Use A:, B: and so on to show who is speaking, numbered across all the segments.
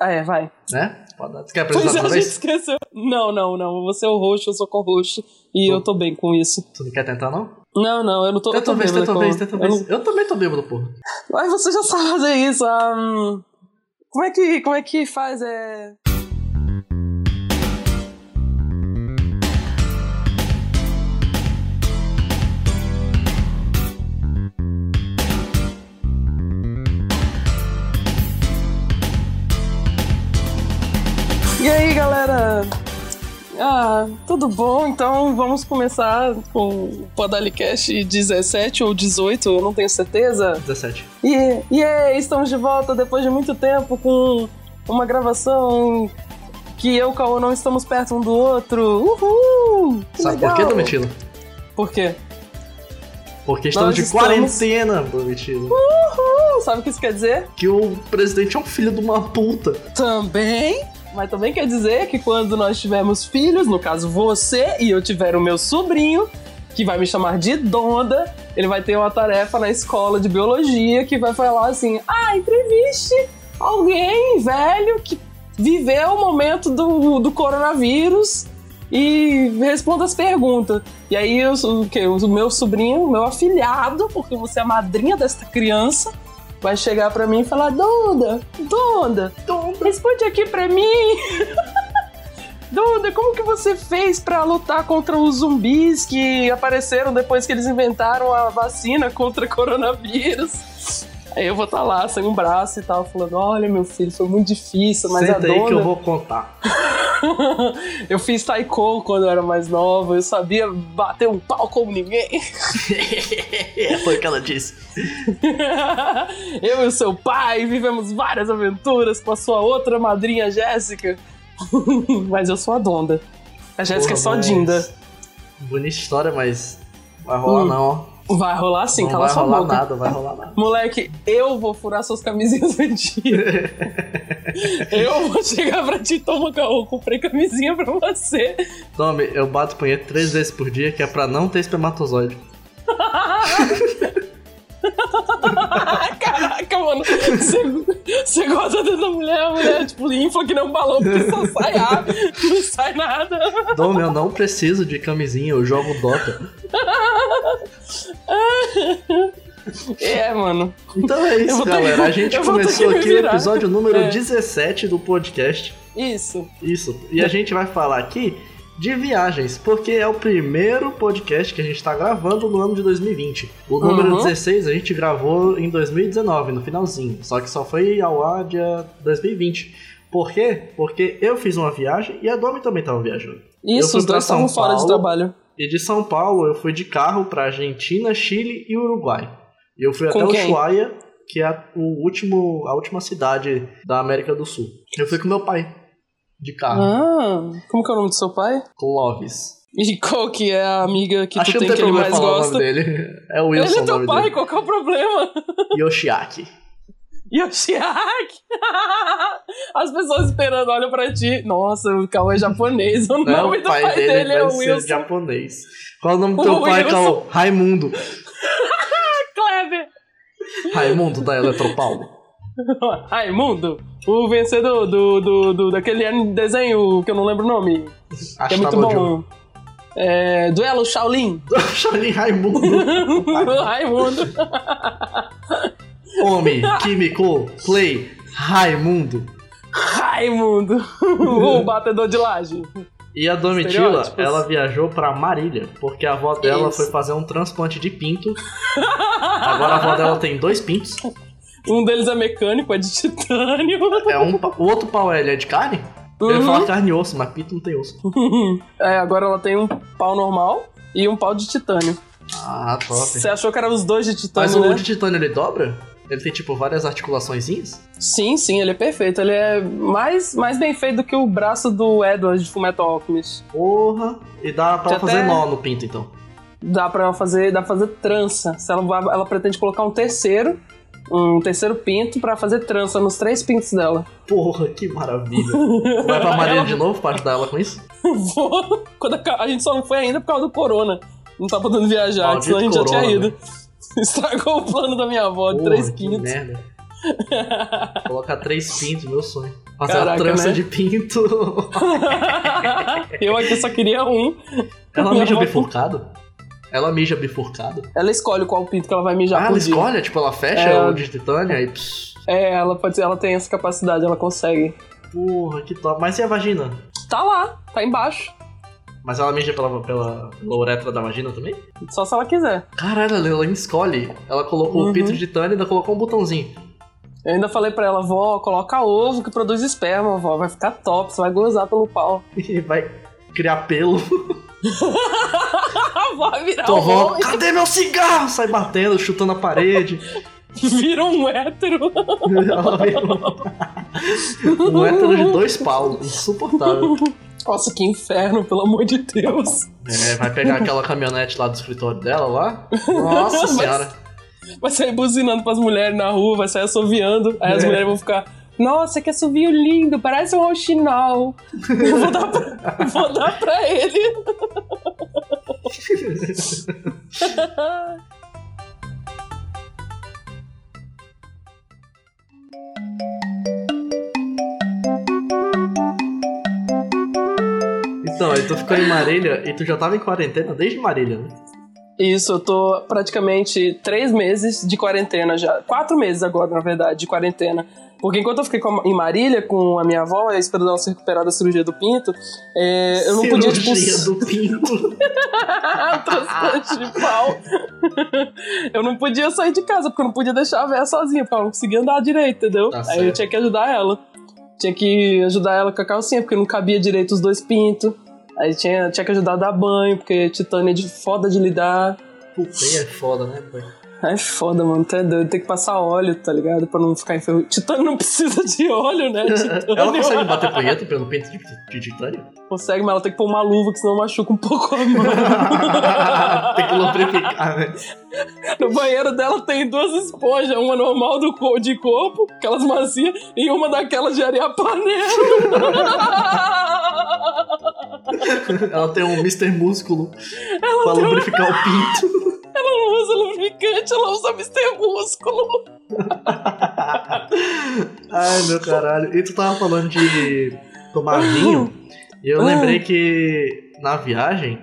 A: Ah, é, vai.
B: Né? Pode dar. Tu quer
A: Pois
B: apresentar
A: é, a
B: outra
A: gente
B: vez?
A: esqueceu. Não, não, não. Você é o host, eu sou co-host. E eu tô bem com isso.
B: Tu não quer tentar, não?
A: Não, não, eu não tô. eu
B: Tenta
A: tô
B: uma vez,
A: bêbada
B: tenta uma
A: com-
B: vez, tenta
A: eu
B: uma
A: não-
B: vez. Eu também tô bêbado, porra.
A: Mas você já sabe fazer isso. ah, hum. como, é que, como é que faz? É. E aí, galera? Ah, tudo bom? Então vamos começar com o Podalicast 17 ou 18, eu não tenho certeza.
B: 17.
A: E, e é, estamos de volta depois de muito tempo com uma gravação que eu e o Cauã não estamos perto um do outro. Uhul! Que
B: Sabe
A: legal.
B: por que, Domitilo?
A: Por quê?
B: Porque estamos de
A: estamos-
B: quarentena, Domitilo.
A: Uhul! Sabe o que isso quer dizer?
B: Que o presidente é um filho de uma puta.
A: Também. Mas também quer dizer que quando nós tivermos filhos, no caso você e eu tiver o meu sobrinho, que vai me chamar de Donda, ele vai ter uma tarefa na escola de biologia que vai falar assim: ah, entreviste alguém velho que viveu o momento do, do coronavírus e responda as perguntas. E aí eu, sou- o, quê? o meu sobrinho, o meu afilhado, porque você é a madrinha desta criança, vai chegar pra mim e falar: Donda, Donda,
B: Então,
A: Responde aqui pra mim. Duda, como que você fez pra lutar contra os zumbis que apareceram depois que eles inventaram a vacina contra coronavírus? Aí eu vou estar lá, sem um braço e tal, falando: olha, meu filho, foi muito difícil, mas
B: Senta
A: a
B: aí que
A: Donda-
B: eu vou contar.
A: eu fiz taiko quando eu era mais nova, eu sabia bater um pau como ninguém.
B: É, foi o que ela disse.
A: eu e o seu pai vivemos várias aventuras com a sua outra madrinha Jéssica. Mas eu sou a Donda. A Jéssica é
B: Porra,
A: só
B: mas-
A: Dinda.
B: Bonita história, mas vai rolar
A: Hum.
B: não, ó.
A: Vai rolar sim,
B: não
A: cala
B: vai
A: sua
B: rolar
A: boca.
B: nada, vai rolar nada.
A: Moleque, eu vou furar suas camisinhas antigas. eu vou chegar pra ti, toma, eu comprei camisinha pra você.
B: Tome, eu bato punheta três vezes por dia, que é pra não ter espermatozoide.
A: Caraca, mano. Você, você gosta dessa mulher, a mulher, tipo, infla que não balão, porque só sai ar, não sai nada.
B: Dome, eu não preciso de camisinha, eu jogo Dota.
A: É, mano.
B: Então é
A: Eu
B: isso,
A: vou ter-
B: galera. A gente
A: eu vou ter
B: começou
A: que me
B: aqui o
A: virar.
B: episódio número
A: É.
B: 17 do podcast.
A: Isso.
B: Isso. E
A: É.
B: a gente vai falar aqui de viagens, porque é o primeiro podcast que a gente tá gravando no ano de 2020. O número
A: Uhum.
B: 16 a gente gravou em 2019, no finalzinho. Só que só foi ao ar dia 2020. Por quê? Porque eu fiz uma viagem e a Domi também tava viajando. Eu
A: Isso,
B: fui
A: os dois
B: pra São
A: estavam fora de
B: Paulo.
A: trabalho.
B: E de São Paulo eu fui de carro pra Argentina, Chile e Uruguai. E eu fui
A: Com
B: até
A: quem?
B: Ushuaia, que é a, o último, a última cidade da América do Sul. Eu fui com meu pai, de carro,
A: Ah, como que é o nome do seu pai?
B: Clóvis.
A: E qual que é a amiga que tu
B: Acho que
A: tem
B: não
A: que
B: tem
A: ele
B: problema
A: mais
B: falar o nome
A: gosta?
B: dele. É o
A: Ele
B: Wilson
A: é
B: o
A: teu
B: nome
A: pai,
B: dele.
A: qual que é o problema?
B: Yoshiaki.
A: Yoshiaki! As pessoas esperando olham pra ti. Nossa, o Cauã é japonês. O
B: Não,
A: nome
B: o
A: do
B: pai, dele,
A: é
B: vai
A: o
B: ser
A: Wilson.
B: japonês. Qual é o nome do
A: O
B: teu pai,
A: Wilson.
B: Cal? Raimundo.
A: Kleber!
B: Raimundo da Eletropaulo.
A: Raimundo, o vencedor do, do, do- daquele anime desenho que eu não lembro o nome, que
B: Acho
A: é muito
B: um-
A: bom. É, Duelo Shaolin.
B: Charlie Raimundo.
A: Raimundo.
B: Homem, Kimiko, Play, Raimundo.
A: Raimundo. o batedor de laje.
B: E a Domitila,
A: Estereótipos.
B: ela viajou pra Marília, porque a avó dela
A: Isso.
B: foi fazer um transplante de pinto. Agora a avó dela tem dois pintos.
A: Um deles é mecânico, é de titânio.
B: É um, pa- o outro pau ele é de carne? Eu ia
A: Uhum.
B: falar carne e osso, mas pinto não tem osso.
A: É, agora ela tem um pau normal e um pau de titânio.
B: Ah, top.
A: Você achou que eram os dois de
B: Mas
A: titânio,
B: o
A: né?
B: de titânio ele dobra? Ele tem tipo várias articulaçõezinhas?
A: Sim, sim, ele é perfeito. Ele é mais, mais bem feito do que o braço do Edward de Fullmetal Alchemist.
B: Porra! E dá pra
A: Tinha
B: fazer
A: até-
B: nó no pinto então.
A: dá pra ela fazer, dá pra fazer trança. Se ela, vai- ela pretende colocar um terceiro, um terceiro pinto pra fazer trança nos três pintos dela.
B: Porra, que maravilha! Vai pra Marília de novo pra ajudar ela com isso?
A: Vou, quando a, ca- a gente só não foi ainda por causa do corona. Não tá podendo viajar,
B: Maldito
A: senão a gente já
B: corona,
A: tinha ido. Estragou o plano da minha avó de
B: Porra,
A: três
B: que
A: pintos.
B: merda. Colocar três pintos, meu sonho. Fazer
A: Caraca,
B: a trança
A: né?
B: de pinto.
A: Eu aqui só queria um.
B: Ela
A: Minha
B: mija
A: avó-
B: bifurcado? Ela mija bifurcado?
A: Ela escolhe qual pinto que ela vai mijar
B: ah,
A: por
B: ela
A: dia.
B: escolhe? Tipo, ela fecha
A: É.
B: o de titânia e... Pss,
A: É, ela pode ela tem essa capacidade, ela consegue.
B: porra, que top. Mas e a vagina?
A: Tá lá, tá embaixo.
B: Mas ela mija pela, pela, pela uretra da vagina também?
A: Só se ela quiser.
B: Caralho, ela- ela escolhe. Ela colocou
A: Uhum.
B: o pinto de titânia e ainda colocou um botãozinho.
A: Eu ainda falei pra ela, vó, coloca ovo que produz esperma, vó. Vai ficar top, você vai gozar pelo pau.
B: E vai criar pelo.
A: A vó virar
B: Tô
A: um
B: rouba.
A: homem,
B: Cadê meu cigarro? Sai batendo, chutando a parede.
A: vira um hétero.
B: Ela vem- um hétero de dois pau. Insuportável.
A: Nossa, que inferno, pelo amor de Deus.
B: É, vai pegar aquela caminhonete lá do escritório dela lá. Nossa
A: Mas-
B: senhora.
A: Vai sair buzinando pras mulheres na rua, vai sair assoviando. Aí as
B: É.
A: mulheres vão ficar. Nossa, que assovio lindo, parece um roxinol. Eu vou dar pra, vou dar pra ele.
B: Então, aí tu ficou em Marília e tu já tava em quarentena desde Marília, né?
A: Isso, eu tô praticamente três meses de quarentena já. Quatro meses agora, na verdade, de quarentena. Porque enquanto eu fiquei com a- em Marília com a minha avó, esperando ela se recuperar da cirurgia do pinto, é, eu não podia, tipo,
B: Cirurgia do pinto.
A: transplante de pau. eu não podia sair de casa, porque eu não podia deixar a véia sozinha, porque ela não conseguia andar direito, entendeu?
B: Tá
A: Aí eu
B: certo.
A: tinha que ajudar ela. Tinha que ajudar ela com a calcinha, porque não cabia direito os dois pintos. Aí tinha, tinha que ajudar a dar banho, porque titânia é de foda de lidar.
B: Puta, aí é foda, né? pai?
A: É foda, mano, tá doido. Tem que passar óleo, tá ligado? Pra não ficar enferrujado. Titânio não precisa de óleo, né? Titânio
B: Ela consegue bater punheta pelo pinto de, de titânio?
A: Consegue, mas ela tem que pôr uma luva, que senão machuca um pouco a mão.
B: Tem que lubrificar, né?
A: No banheiro dela tem duas esponjas, uma normal do co- de corpo, aquelas macias, e uma daquelas de areia paneiro.
B: Ela tem um Mr. Músculo pra
A: um-
B: lubrificar o pinto.
A: ela não usa lubrificante, ela usa Mr. Músculo.
B: Ai, meu caralho. E tu tava falando de tomar
A: Uhum.
B: vinho. E eu
A: Ah.
B: lembrei que na viagem,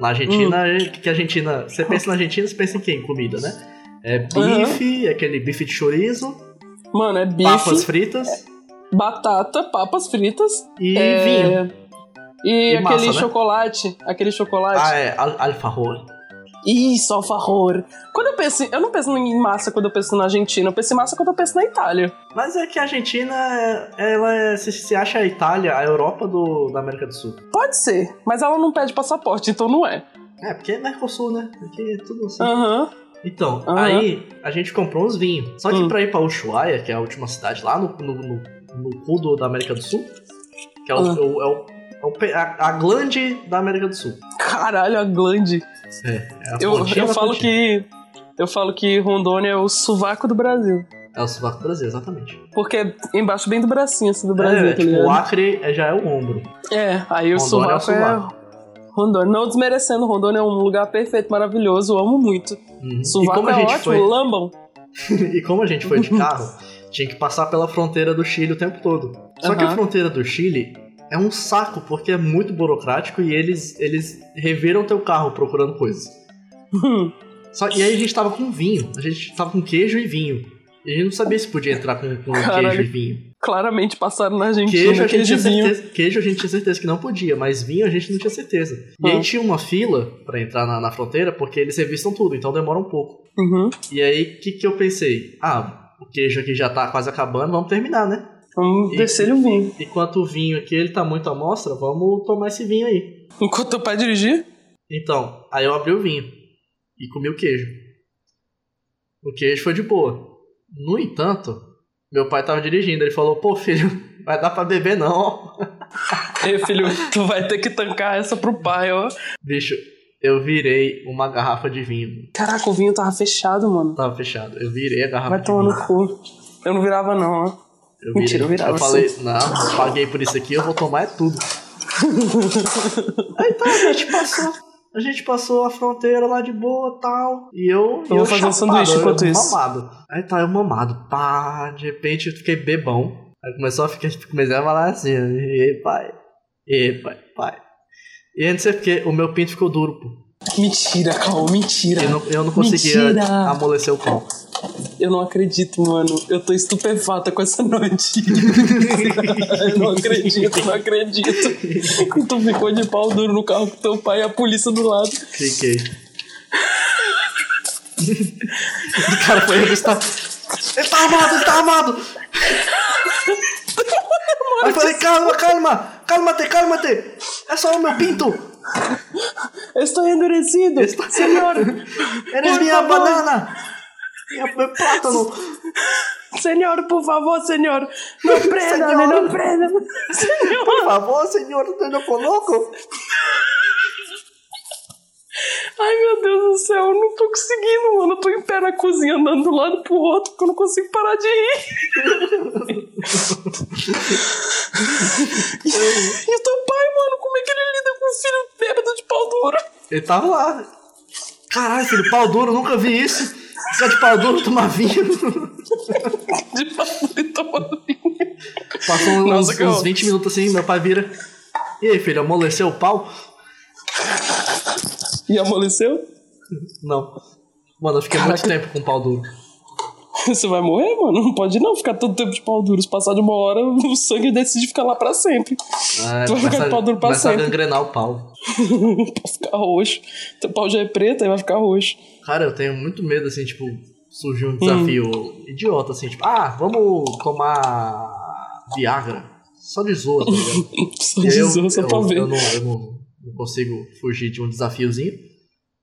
B: na Argentina,
A: Uhum.
B: o que que a Argentina. Você pensa na Argentina, você pensa em quê? Em comida, né? É bife, aquele bife de chorizo,
A: Mano, é Uhum. bife,
B: papas fritas
A: batata, papas fritas
B: e
A: é,
B: vinho.
A: E,
B: E
A: aquele
B: massa, né?
A: chocolate, aquele chocolate.
B: Ah, é, al- alfajor.
A: Isso, alfajor. Quando eu penso, em- eu não penso em massa quando eu penso na Argentina, eu penso em massa quando eu penso na Itália.
B: Mas é que a Argentina, é- ela é- se, se acha a Itália, a Europa do, da América do Sul.
A: Pode ser, mas ela não pede passaporte, então não é.
B: É, porque é Mercosul, né? Aqui é tudo assim.
A: Aham.
B: Então,
A: Aham.
B: aí a gente comprou uns vinhos. Só que
A: Hum.
B: pra ir pra Ushuaia, que é a última cidade lá no, no, no, no cu do- da América do Sul, que é, o,
A: Ah.
B: o- é, o, é o pe- a, a glande da América do Sul.
A: Caralho, a glande.
B: É a
A: Eu,
B: pontinha
A: eu
B: da
A: falo
B: pontinha.
A: que. Eu falo que Rondônia é o sovaco do Brasil.
B: É o sovaco do Brasil, exatamente.
A: Porque é embaixo bem do bracinho, assim, do Brasil,
B: é,
A: tá
B: tipo, o
A: ligado?
B: Acre é- já é o ombro.
A: É, aí o
B: Rondônia é o
A: sovaco é. Rondônia. Não desmerecendo, Rondônia é um lugar perfeito, maravilhoso, eu amo muito.
B: Uhum. E
A: Sovaco
B: como
A: é
B: a gente
A: ótimo, lambam.
B: foi, e como a gente foi de carro, tinha que passar pela fronteira do Chile o tempo todo. Só que a
A: Aham.
B: fronteira do Chile é um saco porque é muito burocrático e eles eles reviram teu carro procurando coisas. Só- e aí a gente tava com vinho. A gente tava com queijo e vinho. E a gente não sabia se podia entrar com, com
A: Caralho.
B: queijo e vinho.
A: Claramente passaram na Argentina,
B: Queijo a, gente tinha
A: queijinho.
B: certeza, queijo a gente tinha certeza que não podia, mas vinho a gente não tinha certeza. E
A: Hum.
B: aí tinha uma fila pra entrar na, na fronteira, porque eles revistam tudo, então demora um pouco.
A: Uhum.
B: E aí o que, que eu pensei? Ah, o queijo aqui já tá quase acabando, vamos terminar, né?
A: Vamos
B: E-
A: descer o vinho.
B: Enquanto o vinho aqui ele tá muito à mostra, vamos tomar esse vinho aí.
A: Enquanto o pai dirigir,
B: Então, aí eu abri o vinho e comi o queijo. O queijo foi de boa. No entanto, meu pai tava dirigindo, ele falou: "Pô, filho, vai dar pra beber não".
A: Ei, filho, tu vai ter que tancar essa pro pai, ó.
B: Bicho, eu virei uma garrafa de vinho.
A: Caraca, o vinho tava fechado, mano.
B: Tava fechado. Eu virei a garrafa.
A: Vai
B: de
A: tomar
B: vinho.
A: no cu. Eu não virava, não, ó.
B: Eu virei.
A: Mentira, eu virava assim.
B: Eu falei: "Não, eu paguei por isso aqui, eu vou tomar é tudo". aí tá, a gente passou. A gente passou a fronteira lá de boa tal. E eu.
A: Então
B: e eu
A: vou fazer um
B: chapado,
A: sanduíche
B: eu
A: enquanto isso.
B: Mamado. Aí tá, eu mamado. Pá, de repente eu fiquei bebão. Aí começou a ficar. Comecei a falar assim. E pai. E pai, pai. E aí não sei porque o meu pinto ficou duro, pô.
A: Mentira, Cal, mentira.
B: Eu não, eu não conseguia
A: Mentira!
B: amolecer o pau.
A: Eu não acredito, mano. Eu tô estupefata com essa noite. eu não acredito, não acredito. Tu ficou de pau duro no carro com teu pai e a polícia do lado.
B: Fiquei. o cara foi revistar. Ele tá armado, ele tá armado! Aí eu falei, calma, calma! Cálmate, cálmate! É só o meu pinto!
A: Eu estou endurecido,
B: Estou-
A: senhor.
B: Eres
A: Por
B: minha
A: favor.
B: banana! Minha meu plátano!
A: Senhor, por favor, senhor. Não prenda-me,
B: Senhor.
A: não prenda-me.
B: Por
A: Senhor.
B: favor, senhor, eu não coloco!
A: Ai, meu Deus do céu, eu não tô conseguindo, mano. Eu tô em pé na cozinha, andando de um lado pro outro, porque eu não consigo parar de rir. e o teu pai, mano, como é que ele lida com um filho bêbado de pau duro?
B: Ele tava lá. Caralho, filho, pau duro, nunca vi isso! Ficar de pau duro, tomar vinho!
A: De pau duro e tomando vinho.
B: Passou uns,
A: Nossa, que
B: uns
A: horror.
B: 20 minutos assim, meu pai vira. E aí, filho, amoleceu o pau?
A: E amoleceu?
B: Não. Mano, eu fiquei muito tempo com o pau duro.
A: Você vai morrer, mano? Não pode não ficar todo tempo de pau duro. Se passar de uma hora, o sangue decide ficar lá pra sempre.
B: É,
A: Tu vai ficar de pau duro pra
B: começa a
A: sempre.
B: gangrenar o pau.
A: pra ficar roxo. Teu pau já é preto, aí vai ficar roxo.
B: Cara, eu tenho muito medo, assim, tipo, surgir um desafio idiota, assim, tipo, ah, vamos tomar Viagra. Só de zoa, tá ligado?
A: Só
B: E aí eu,
A: Jesus, só
B: eu-
A: pra ver.
B: eu não, eu não- não consigo fugir de um desafiozinho.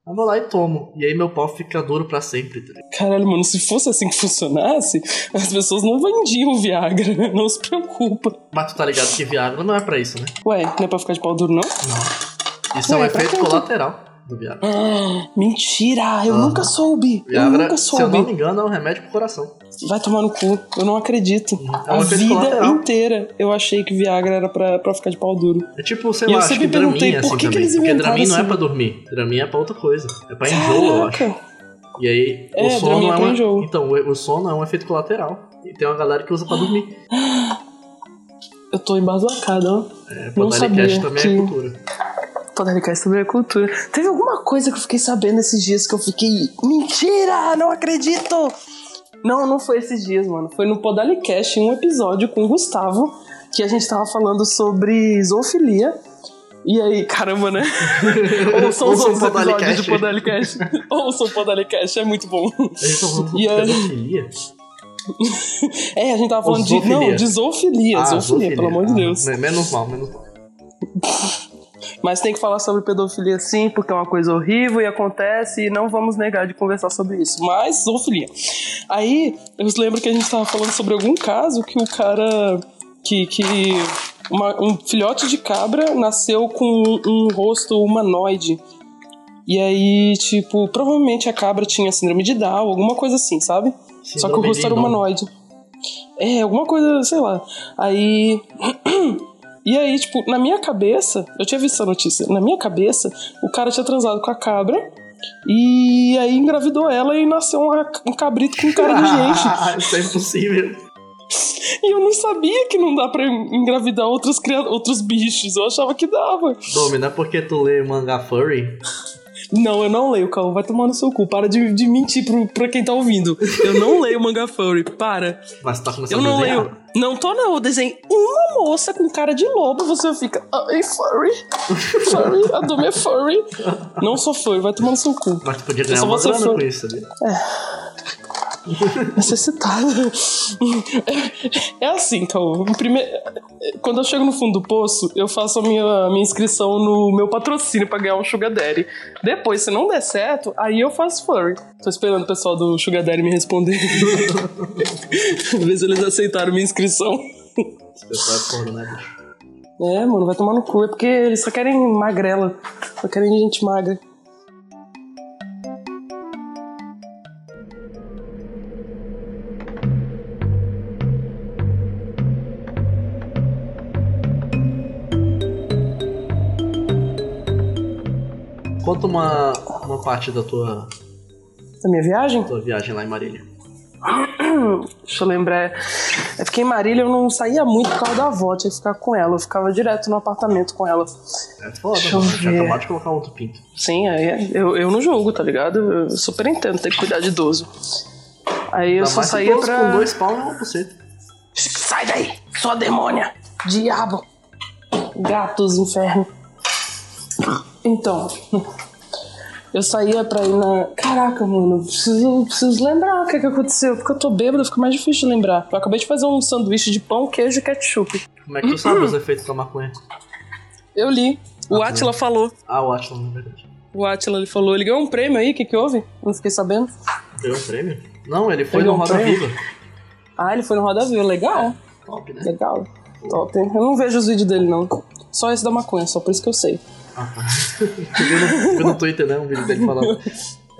B: Eu vou lá e tomo. E aí meu pau fica duro pra sempre, tá ligado?
A: Caralho, mano, se fosse assim que funcionasse, as pessoas não vendiam Viagra. Não se preocupa.
B: Mas tu tá ligado que Viagra não é pra isso, né?
A: Ué, não é pra ficar de pau duro, não?
B: Não. Isso é um
A: Ué, pra
B: efeito
A: quê?
B: colateral do Viagra.
A: Ah, mentira! Eu
B: Aham.
A: nunca soube! eu
B: Ah. Viagra,
A: nunca
B: se eu
A: soube!
B: não me engano, é um remédio pro coração.
A: Vai tomar no cu, eu não acredito.
B: É
A: A
B: um efeito
A: vida
B: colateral.
A: inteira eu achei que Viagra era pra, pra ficar de pau duro.
B: É tipo, sei
A: E
B: lá,
A: eu
B: acho
A: sempre
B: que Dramin
A: perguntei,
B: é
A: por
B: assim
A: que que
B: também.
A: eles
B: Porque
A: inventaram
B: Dramin não é
A: assim?
B: pra dormir. Dramin é pra outra coisa. É pra enjoo, eu acho. E aí, o
A: É,
B: sono
A: Dramin é
B: é
A: pra
B: um...
A: enjoo.
B: Então, o o sono é um efeito colateral. E tem uma galera que usa pra dormir.
A: Eu tô embasbacada, ó.
B: É,
A: Não
B: Podalicast
A: sabia
B: também é
A: que-
B: cultura.
A: Podcast sobre a cultura. Teve alguma coisa que eu fiquei sabendo esses dias que eu fiquei. Mentira! Não acredito! Não, não foi esses dias, mano. Foi no Podalicast, em um episódio com o Gustavo, que a gente tava falando sobre zoofilia. E aí, caramba, né? Ouçam os
B: Ouçam
A: outros
B: o
A: episódios de
B: Podalicast.
A: Podalicast. Ouçam o Podalicast, é muito bom.
B: Eles estão tá falando
A: E
B: sobre
A: a-
B: pedofilia.
A: É, a gente tava falando de. Não,
B: zoofilia.
A: de zoofilia,
B: Ah,
A: zoofilia, pelo amor de
B: Ah,
A: Deus.
B: né, Menos mal, menos mal.
A: Mas tem que falar sobre pedofilia sim, porque é uma coisa horrível e acontece, e não vamos negar de conversar sobre isso. Mas zoofilia. Aí, eu lembro que a gente tava falando sobre algum caso que o cara. que. que uma- um filhote de cabra nasceu com um, um rosto humanoide. E aí, tipo, provavelmente a cabra tinha síndrome de Down, alguma coisa assim, sabe? Só que o
B: Síndrome
A: rosto
B: de
A: era
B: Down.
A: humanoide. É, alguma coisa, sei lá. Aí. E aí, tipo, na minha cabeça, eu tinha visto essa notícia, na minha cabeça, o cara tinha transado com a cabra e aí engravidou ela e nasceu uma- um cabrito com cara de gente.
B: Ah, Isso é impossível.
A: E eu não sabia que não dá pra engravidar outros, cria- outros bichos, eu achava que dava.
B: Domi, não é porque tu lê mangá furry.
A: Não, eu não leio, Cal, vai tomar no seu cu, para de, de mentir pro, pra quem tá ouvindo. Eu não leio manga furry, para.
B: Mas tu tá começando
A: Eu não
B: a desenhar.
A: leio. Não tô, não. Eu desenho uma moça com cara de lobo. Você fica. Ai, furry. Furry. A Dome é furry. Não sou furry, vai tomando seu cu.
B: Mas tu podia
A: Eu
B: ganhar
A: só
B: uma
A: vou ser
B: grana
A: furry.
B: com isso, sabia?
A: Necessitada. É, é assim, Cauã. Primeiro, quando eu chego no fundo do poço, eu faço a minha, a minha inscrição no meu patrocínio pra ganhar um Sugar Daddy. Depois, se não der certo, aí eu faço furry. Tô esperando o pessoal do Sugar Daddy me responder. Ver se eles aceitaram minha inscrição.
B: Esse pessoal é foda, né, bicho?
A: É, mano, vai tomar no cu. É porque eles só querem magrela. Só querem gente magra.
B: Conta uma, uma parte da tua,
A: Da minha viagem?
B: tua viagem lá em Marília.
A: Deixa eu lembrar. Eu fiquei em Marília, eu não saía muito por causa da avó, tinha que ficar com ela. Eu ficava direto no apartamento com ela.
B: É foda,
A: Deixa eu
B: mano. Já
A: ver.
B: acabaram de colocar outro pinto.
A: Sim, aí é- eu, eu não jogo, tá ligado? Eu super entendo, tem que cuidar de idoso. Aí eu
B: Ainda
A: só
B: mais se
A: saía
B: todos
A: pra.
B: com dois pau não você.
A: Sai daí, sua demônia! Diabo! Gatos, inferno. Então, eu saía pra ir na. Caraca, mano, eu preciso, eu preciso lembrar o que, que aconteceu. Porque eu tô bêbado, fica mais difícil de lembrar. Eu acabei de fazer um sanduíche de pão, queijo e ketchup.
B: Como é que tu sabe os efeitos da maconha?
A: Eu li. O Atila falou.
B: Ah, o Atlas, na verdade.
A: O Atila ele falou, ele ganhou um prêmio aí, o que, que houve? Não fiquei sabendo.
B: Ganhou um prêmio? Não, ele foi
A: Ganhou
B: no
A: um
B: Roda
A: prêmio?
B: Viva.
A: Ah, ele foi no Roda Viva, legal.
B: Top, né?
A: Legal. Top. hein? Eu não vejo os vídeos dele, não. Só esse da maconha, só por isso que eu sei.
B: Ah, tá. Tu viu no, viu no Twitter, né? Um vídeo dele falando.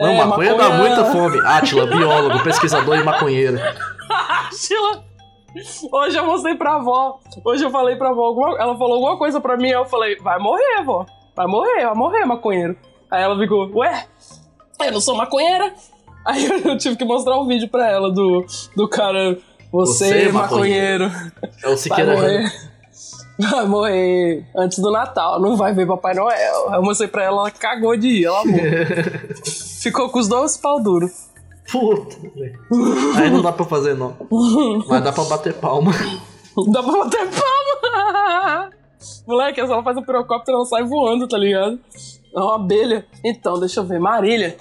B: Não,
A: É,
B: maconha, dá
A: maconha-
B: muita fome. Atila, biólogo, pesquisador e maconheiro.
A: Sheila! Hoje eu mostrei pra avó. Hoje eu falei pra avó. alguma- Ela falou alguma coisa pra mim. Eu falei, vai morrer, avó. Vai morrer, vai morrer, maconheiro. Aí ela ficou, ué, eu não sou maconheira. Aí eu tive que mostrar um vídeo pra ela do, do cara. Você,
B: Você é
A: maconheiro.
B: maconheiro." É o
A: Vai
B: Siqueira Júnior.
A: morrer. Vai morrer antes do Natal, não vai ver Papai Noel. Eu mostrei pra ela, ela cagou de ir, ela amou. Ficou com os dois pau duro.
B: Puta, velho. Aí não dá pra fazer, não. Mas dá pra bater palma.
A: Dá pra bater palma! Moleque, se ela faz um pirocóptero, ela sai voando, tá ligado? É uma abelha. Então, deixa eu ver. Marília.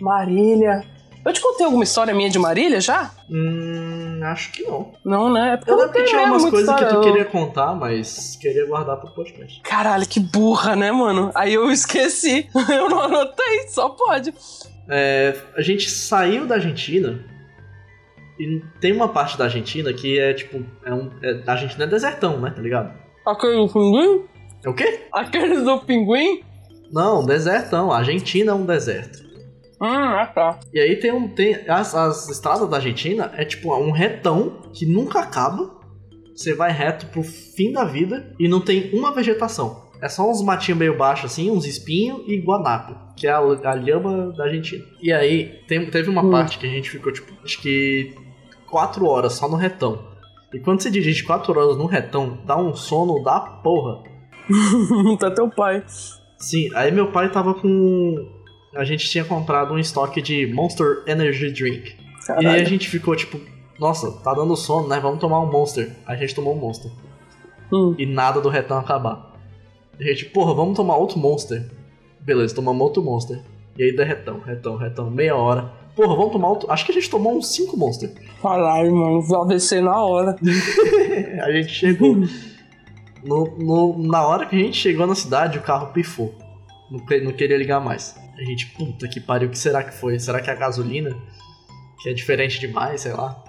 A: Marília. Eu te contei alguma história minha de Marília já?
B: Hum, acho que não.
A: Não, né? É porque
B: Eu
A: não
B: lembro que
A: tenho
B: tinha
A: mesmo
B: umas
A: muita
B: coisas que
A: história,
B: tu
A: eu-
B: queria contar, mas queria guardar pro podcast.
A: Caralho, que burra, né, mano? Aí eu esqueci. Eu não anotei, só pode.
B: É, a gente saiu da Argentina e tem uma parte da Argentina que é tipo. É um, é- a Argentina é desertão, né? Tá ligado?
A: Aquele do pinguim?
B: É o quê?
A: Aquele do pinguim?
B: Não, desertão. A Argentina é um deserto.
A: Hum, ah tá.
B: E aí tem um. Tem, as, as estradas da Argentina é tipo um retão que nunca acaba. Você vai reto pro fim da vida e não tem uma vegetação. É só uns matinhos meio baixos, assim, uns espinhos e guanaco, que é a, a lhama da Argentina. E aí tem- teve uma
A: Hum.
B: parte que a gente ficou, tipo, acho que 4 horas só no retão. E quando você dirige 4 horas no retão, dá um sono da porra.
A: tá teu pai.
B: Sim, aí meu pai tava com. A gente tinha comprado um estoque de Monster Energy Drink. E aí a
A: Caralho.
B: gente ficou tipo, nossa, tá dando sono, né? Vamos tomar um Monster. Aí a gente tomou um Monster.
A: Hum.
B: E nada do retão acabar. A gente, porra, vamos tomar outro Monster. Beleza, tomamos outro Monster. E aí dá retão, retão, retão, meia hora. Porra, vamos tomar outro. Acho que a gente tomou uns cinco Monster.
A: Caralho, mano. Vou AVC na hora.
B: a gente chegou. No, no- na hora que a gente chegou na cidade, o carro pifou. Não, que- não queria ligar mais. A gente, puta que pariu, o que será que foi? Será que é a gasolina? Que é diferente demais, sei lá.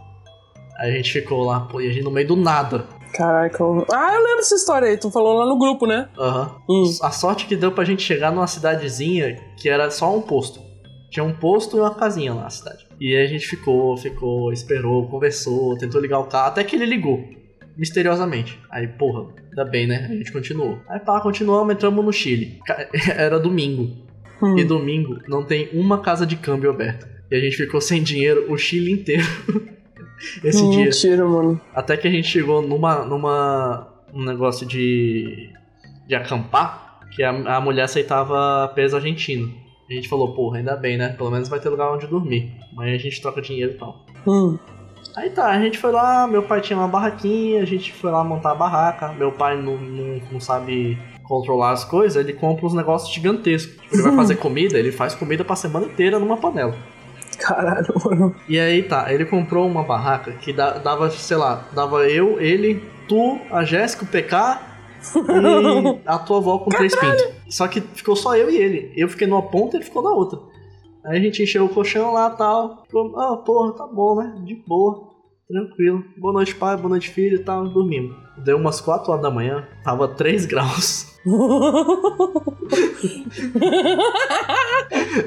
B: Aí a gente ficou lá, pô, e a gente no meio do nada.
A: Caraca. eu- Ah, eu lembro essa história aí. Tu falou lá no grupo, né?
B: Aham.
A: Hum.
B: A sorte que deu pra gente chegar numa cidadezinha que era só um posto. Tinha um posto e uma casinha lá na cidade. E aí a gente ficou, ficou, esperou, conversou, tentou ligar o carro, até que ele ligou. Misteriosamente. Aí, porra, ainda bem, né? A gente continuou. Aí pá, continuamos, entramos no Chile. Ca- Era domingo.
A: Hum.
B: E domingo não tem uma casa de câmbio aberta. E a gente ficou sem dinheiro o Chile inteiro. Esse
A: Hum.
B: dia.
A: Mentira, mano.
B: Até que a gente chegou numa. numa um negócio de. de acampar, que a, a mulher aceitava peso argentino. A gente falou, porra, ainda bem, né? Pelo menos vai ter lugar onde dormir. Amanhã a gente troca dinheiro e tal.
A: Hum.
B: Aí tá, a gente foi lá, meu pai tinha uma barraquinha, a gente foi lá montar a barraca. Meu pai não, não, não sabe controlar as coisas, ele compra uns negócios gigantescos. Tipo, Ele vai fazer comida, ele faz comida pra semana inteira numa panela.
A: Caralho, mano.
B: E aí tá, ele comprou uma barraca que da- dava, sei lá, dava eu, ele, tu, a Jéssica, o PK e a tua avó com três pintos. Só que ficou só eu e ele. Eu fiquei numa ponta ele ficou na outra. Aí a gente encheu o colchão lá e tal. Ficou, ah, porra, tá bom, né? De boa, tranquilo. Boa noite, pai, boa noite, filho e tal. Dormimos. Deu umas 4 horas da manhã, tava 3 graus.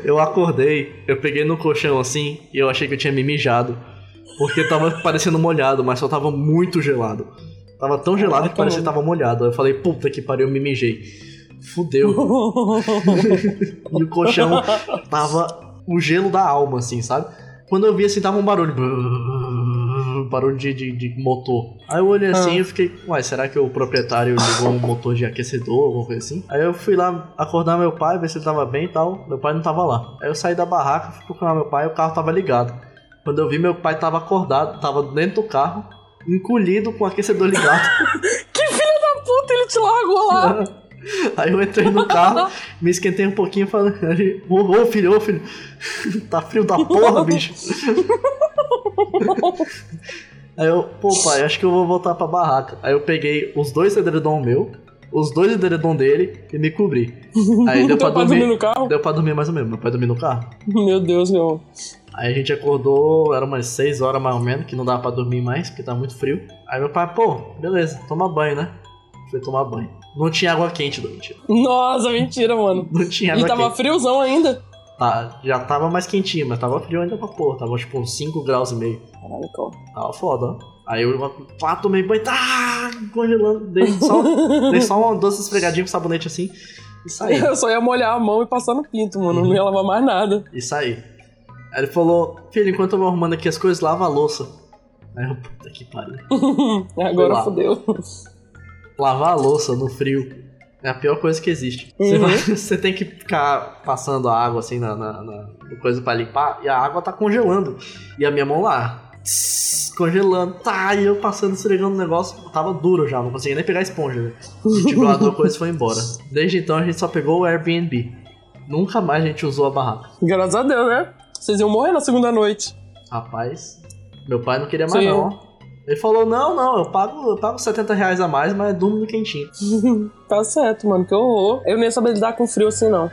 B: Eu acordei, eu peguei no colchão assim e eu achei que eu tinha me mijado. Porque tava parecendo molhado, mas só tava muito gelado. Tava tão gelado
A: Caraca,
B: que parecia que
A: mano.
B: tava molhado. Aí eu falei, puta que pariu, eu me mijei. Fudeu. e o colchão tava o gelo da alma, assim, sabe? Quando eu vi assim, tava um barulho. Um barulho de, de, de motor. Aí eu olhei assim
A: Ah.
B: e fiquei, uai, será que o proprietário ligou um motor de aquecedor, alguma coisa assim? Aí eu fui lá acordar meu pai, ver se ele tava bem e tal. Meu pai não tava lá. Aí eu saí da barraca, fui procurar meu pai, o carro tava ligado. Quando eu vi, meu pai tava acordado, tava dentro do carro, encolhido com o aquecedor ligado.
A: que filha da puta, ele te largou lá.
B: Aí eu entrei no carro, me esquentei um pouquinho falando, ô ô, filho, ô filho, tá frio da porra, bicho. Aí eu, pô pai, acho que eu vou voltar pra barraca. Aí eu peguei os dois edredom meu, os dois edredom dele e me cobri. Aí deu pra
A: Teu pai dormiu
B: dormir.
A: Tá no carro?
B: Deu pra dormir mais ou menos, meu pai dormiu no carro.
A: Meu Deus, meu.
B: Aí a gente acordou, era umas 6 horas mais ou menos, que não dava pra dormir mais, porque tava muito frio. Aí meu pai, pô, beleza, toma banho, né? Fui tomar banho. Não tinha água quente, não, mentira.
A: Nossa, mentira, mano.
B: Não tinha água
A: E tava
B: quente.
A: friozão ainda.
B: Tá, já tava mais quentinho, mas tava frio ainda pra porra. Tava tipo uns 5 graus e meio.
A: Caralho, qual?
B: Tava foda, ó. Aí eu lá tomei banho, tá congelando. Dei só, dei só uma doce esfregadinha com sabonete assim e saí.
A: Eu só ia molhar a mão e passar no pinto, mano. Não ia lavar mais nada.
B: E saí. Aí ele falou, filho, enquanto eu vou arrumando aqui as coisas, lava a louça. Aí eu, puta que pariu.
A: Agora
B: lá.
A: fodeu.
B: Lavar a louça no frio é a pior coisa que existe. Você,
A: Uhum.
B: vai- você tem que ficar passando a água assim na, na, na- na coisa pra limpar e a água tá congelando. E a minha mão lá, tss, congelando, tá, e eu passando, esfregando o negócio, tava duro já, não conseguia nem pegar a esponja. Né? A gente guardou a coisa e foi embora. Desde então a gente só pegou o Airbnb. Nunca mais a gente usou a barraca.
A: Graças a Deus, né? Vocês iam morrer na segunda noite.
B: Rapaz, meu pai não queria mais
A: Sim.
B: não. ó. Ele falou, não, não, eu pago, eu pago 70 reais a mais, mas é durmo no quentinho.
A: Tá certo, mano. Que horror. Eu nem ia saber lidar com frio assim, não.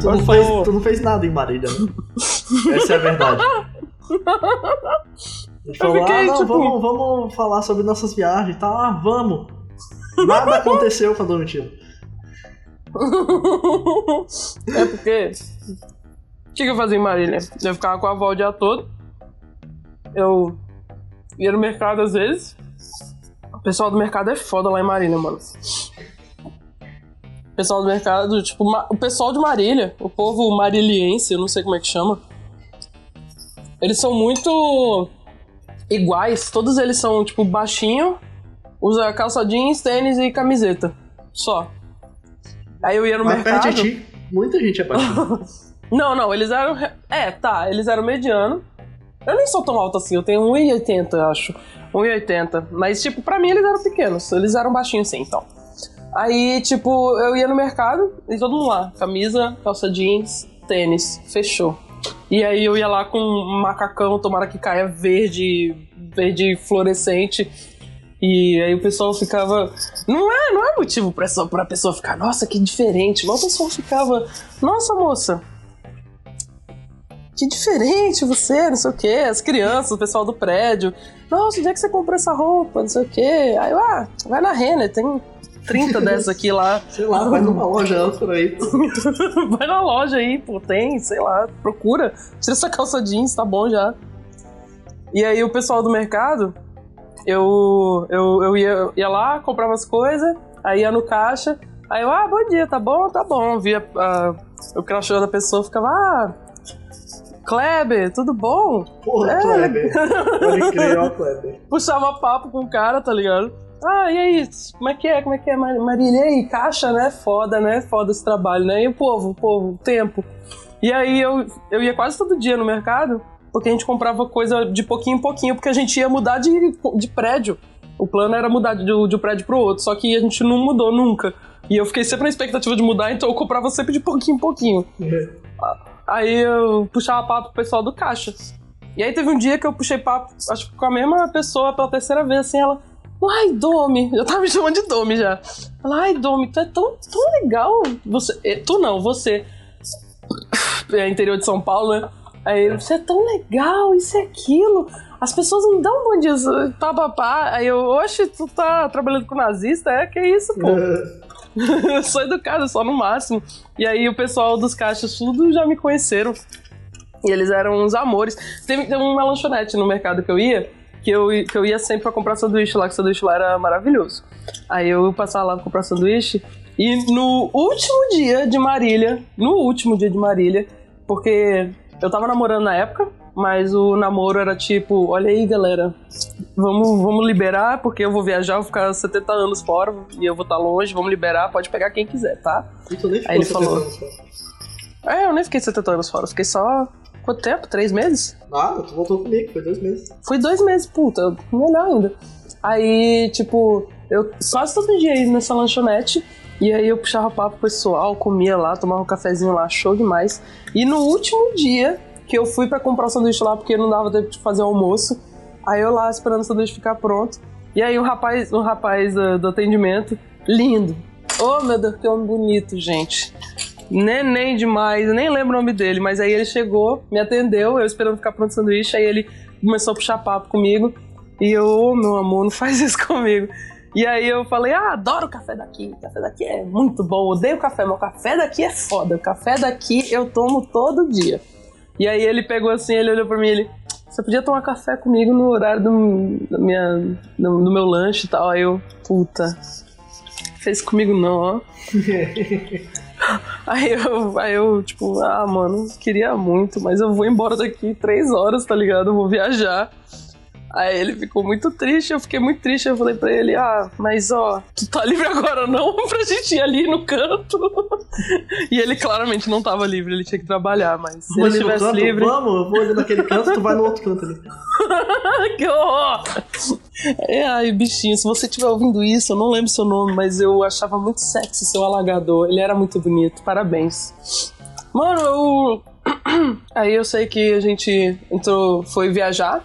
B: Tu não,
A: Eu
B: fez,
A: sou-
B: tu não fez nada em Marília. né? Essa é a verdade. A gente
A: Eu
B: falou,
A: fiquei,
B: ah, não,
A: tipo-
B: vamos, vamos falar sobre nossas viagens e tal. Ah, vamos. Nada aconteceu com a Domitila.
A: é porque. O que, que eu fazia em Marília? Eu ficava com a avó o dia todo. Eu ia no mercado às vezes. O pessoal do mercado é foda lá em Marília, mano. O pessoal do mercado, tipo, ma- o pessoal de Marília, o povo mariliense, eu não sei como é que chama. Eles são muito iguais, todos eles são, tipo, baixinho, usa calça jeans, tênis e camiseta. Só. Aí eu ia no
B: Mas
A: mercado.
B: perto de ti, muita gente é baixinha.
A: Não, não, eles eram. re- É, tá, eles eram mediano. Eu nem sou tão alto assim, eu tenho 1,80, eu acho. 1,80. Mas, tipo, pra mim eles eram pequenos, eles eram baixinhos sim, então. Aí, tipo, eu ia no mercado e todo mundo lá. Camisa, calça jeans, tênis, fechou. E aí eu ia lá com um macacão, tomara que caia verde, verde fluorescente. E aí o pessoal ficava. Não é, não é motivo pra, essa, pra pessoa ficar, nossa, que diferente. Mas o pessoal ficava, nossa, moça, que diferente você, não sei o quê. As crianças, o pessoal do prédio. Nossa, onde é que você comprou essa roupa? Não sei o quê. Aí eu, ah, vai na Renner, tem 30 dessas aqui lá.
B: Sei lá, vai numa loja é antes por aí.
A: Vai na loja aí, pô, tem, sei lá, procura. Tira essa calça jeans, tá bom já. E aí o pessoal do mercado, eu, eu, eu ia, ia lá, comprava as coisas, aí ia no caixa, aí eu, ah, bom dia, tá bom, tá bom. Via ah, o crachô da pessoa, ficava, ah, Kleber, tudo bom?
B: Porra,
A: É.
B: Kleber. Pode crer, ó, Kleber.
A: puxava papo com o cara, tá ligado? Ah, e aí, como é que é? Como é que é, Mar- Marília? E aí, caixa, né? Foda, né? Foda esse trabalho, né? E o povo, o povo, o tempo. E aí eu, eu ia quase todo dia no mercado, porque a gente comprava coisa de pouquinho em pouquinho, porque a gente ia mudar de, de prédio. O plano era mudar de, de um prédio pro outro, só que a gente não mudou nunca. E eu fiquei sempre na expectativa de mudar, então eu comprava sempre de pouquinho em pouquinho. Aí eu puxava papo pro pessoal do caixa. E aí teve um dia que eu puxei papo, acho que com a mesma pessoa pela terceira vez, assim, ela. Ai, Domi, eu tava me chamando de Domi já. Ela, ai, Domi, tu é tão, tão legal. Você, eh, tu não, você. É interior de São Paulo, né? Aí ele, você é tão legal, isso e aquilo. As pessoas não dão um bom dia, pá, pá, pá. Aí eu, oxe, tu tá trabalhando com nazista? É, que isso, pô. eu sou educada só no máximo. E aí o pessoal dos caixas tudo já me conheceram. E eles eram uns amores. Teve, teve uma lanchonete no mercado que eu ia, que eu, que eu ia sempre pra comprar sanduíche lá, que o sanduíche lá era maravilhoso. Aí eu passava lá pra comprar sanduíche. E no último dia de Marília, no último dia de Marília, porque eu tava namorando na época, mas o namoro era tipo, olha aí, galera, vamos, vamos liberar, porque eu vou viajar, eu vou ficar 70 anos fora e eu vou estar longe, vamos liberar, pode pegar quem quiser, tá?
B: Então nem ficou
A: Aí ele
B: 70
A: falou.
B: anos fora.
A: É, eu nem fiquei 70 anos fora, eu fiquei só. Quanto tempo? Três meses?
B: Nada, tu voltou comigo, foi dois meses.
A: Foi dois meses, puta, melhor ainda. Aí, tipo, eu quase todo dia ia nessa lanchonete. E aí eu puxava papo com o pessoal, comia lá, tomava um cafezinho lá, show demais. E no último dia que eu fui pra comprar o sanduíche lá, porque não dava tempo de fazer almoço, aí eu lá esperando o sanduíche ficar pronto. E aí o rapaz, o rapaz ah, do, do atendimento, lindo. Oh meu Deus, que homem bonito, gente. Neném demais, eu nem lembro o nome dele, mas aí ele chegou, me atendeu, eu esperando ficar pronto o sanduíche, aí ele começou a puxar papo comigo. E eu, ô, meu amor, não faz isso comigo. E aí eu falei, ah, adoro o café daqui, o café daqui é muito bom, odeio o café, mas o café daqui é foda, o café daqui eu tomo todo dia. E aí ele pegou assim, ele olhou pra mim e ele, você podia tomar café comigo no horário do, da minha, do, do meu lanche e tal. Aí eu, puta, fez comigo não, ó. Aí eu, aí eu, tipo, ah, mano, queria muito, mas eu vou embora daqui três horas, tá ligado? Eu vou viajar. Aí ele ficou muito triste, eu fiquei muito triste. Eu falei pra ele, ah, mas ó, tu tá livre agora não pra gente ir ali no canto? E ele claramente não tava livre, ele tinha que trabalhar, mas se
B: Mas
A: ele
B: no
A: tivesse
B: canto,
A: livre...
B: vamos, eu vou ali naquele canto, tu vai no outro canto ali.
A: que horror! É, ai, bichinho, se você estiver ouvindo isso, eu não lembro seu nome, mas eu achava muito sexy seu alagador. Ele era muito bonito, parabéns. Mano, eu. Aí eu sei que a gente entrou, foi viajar.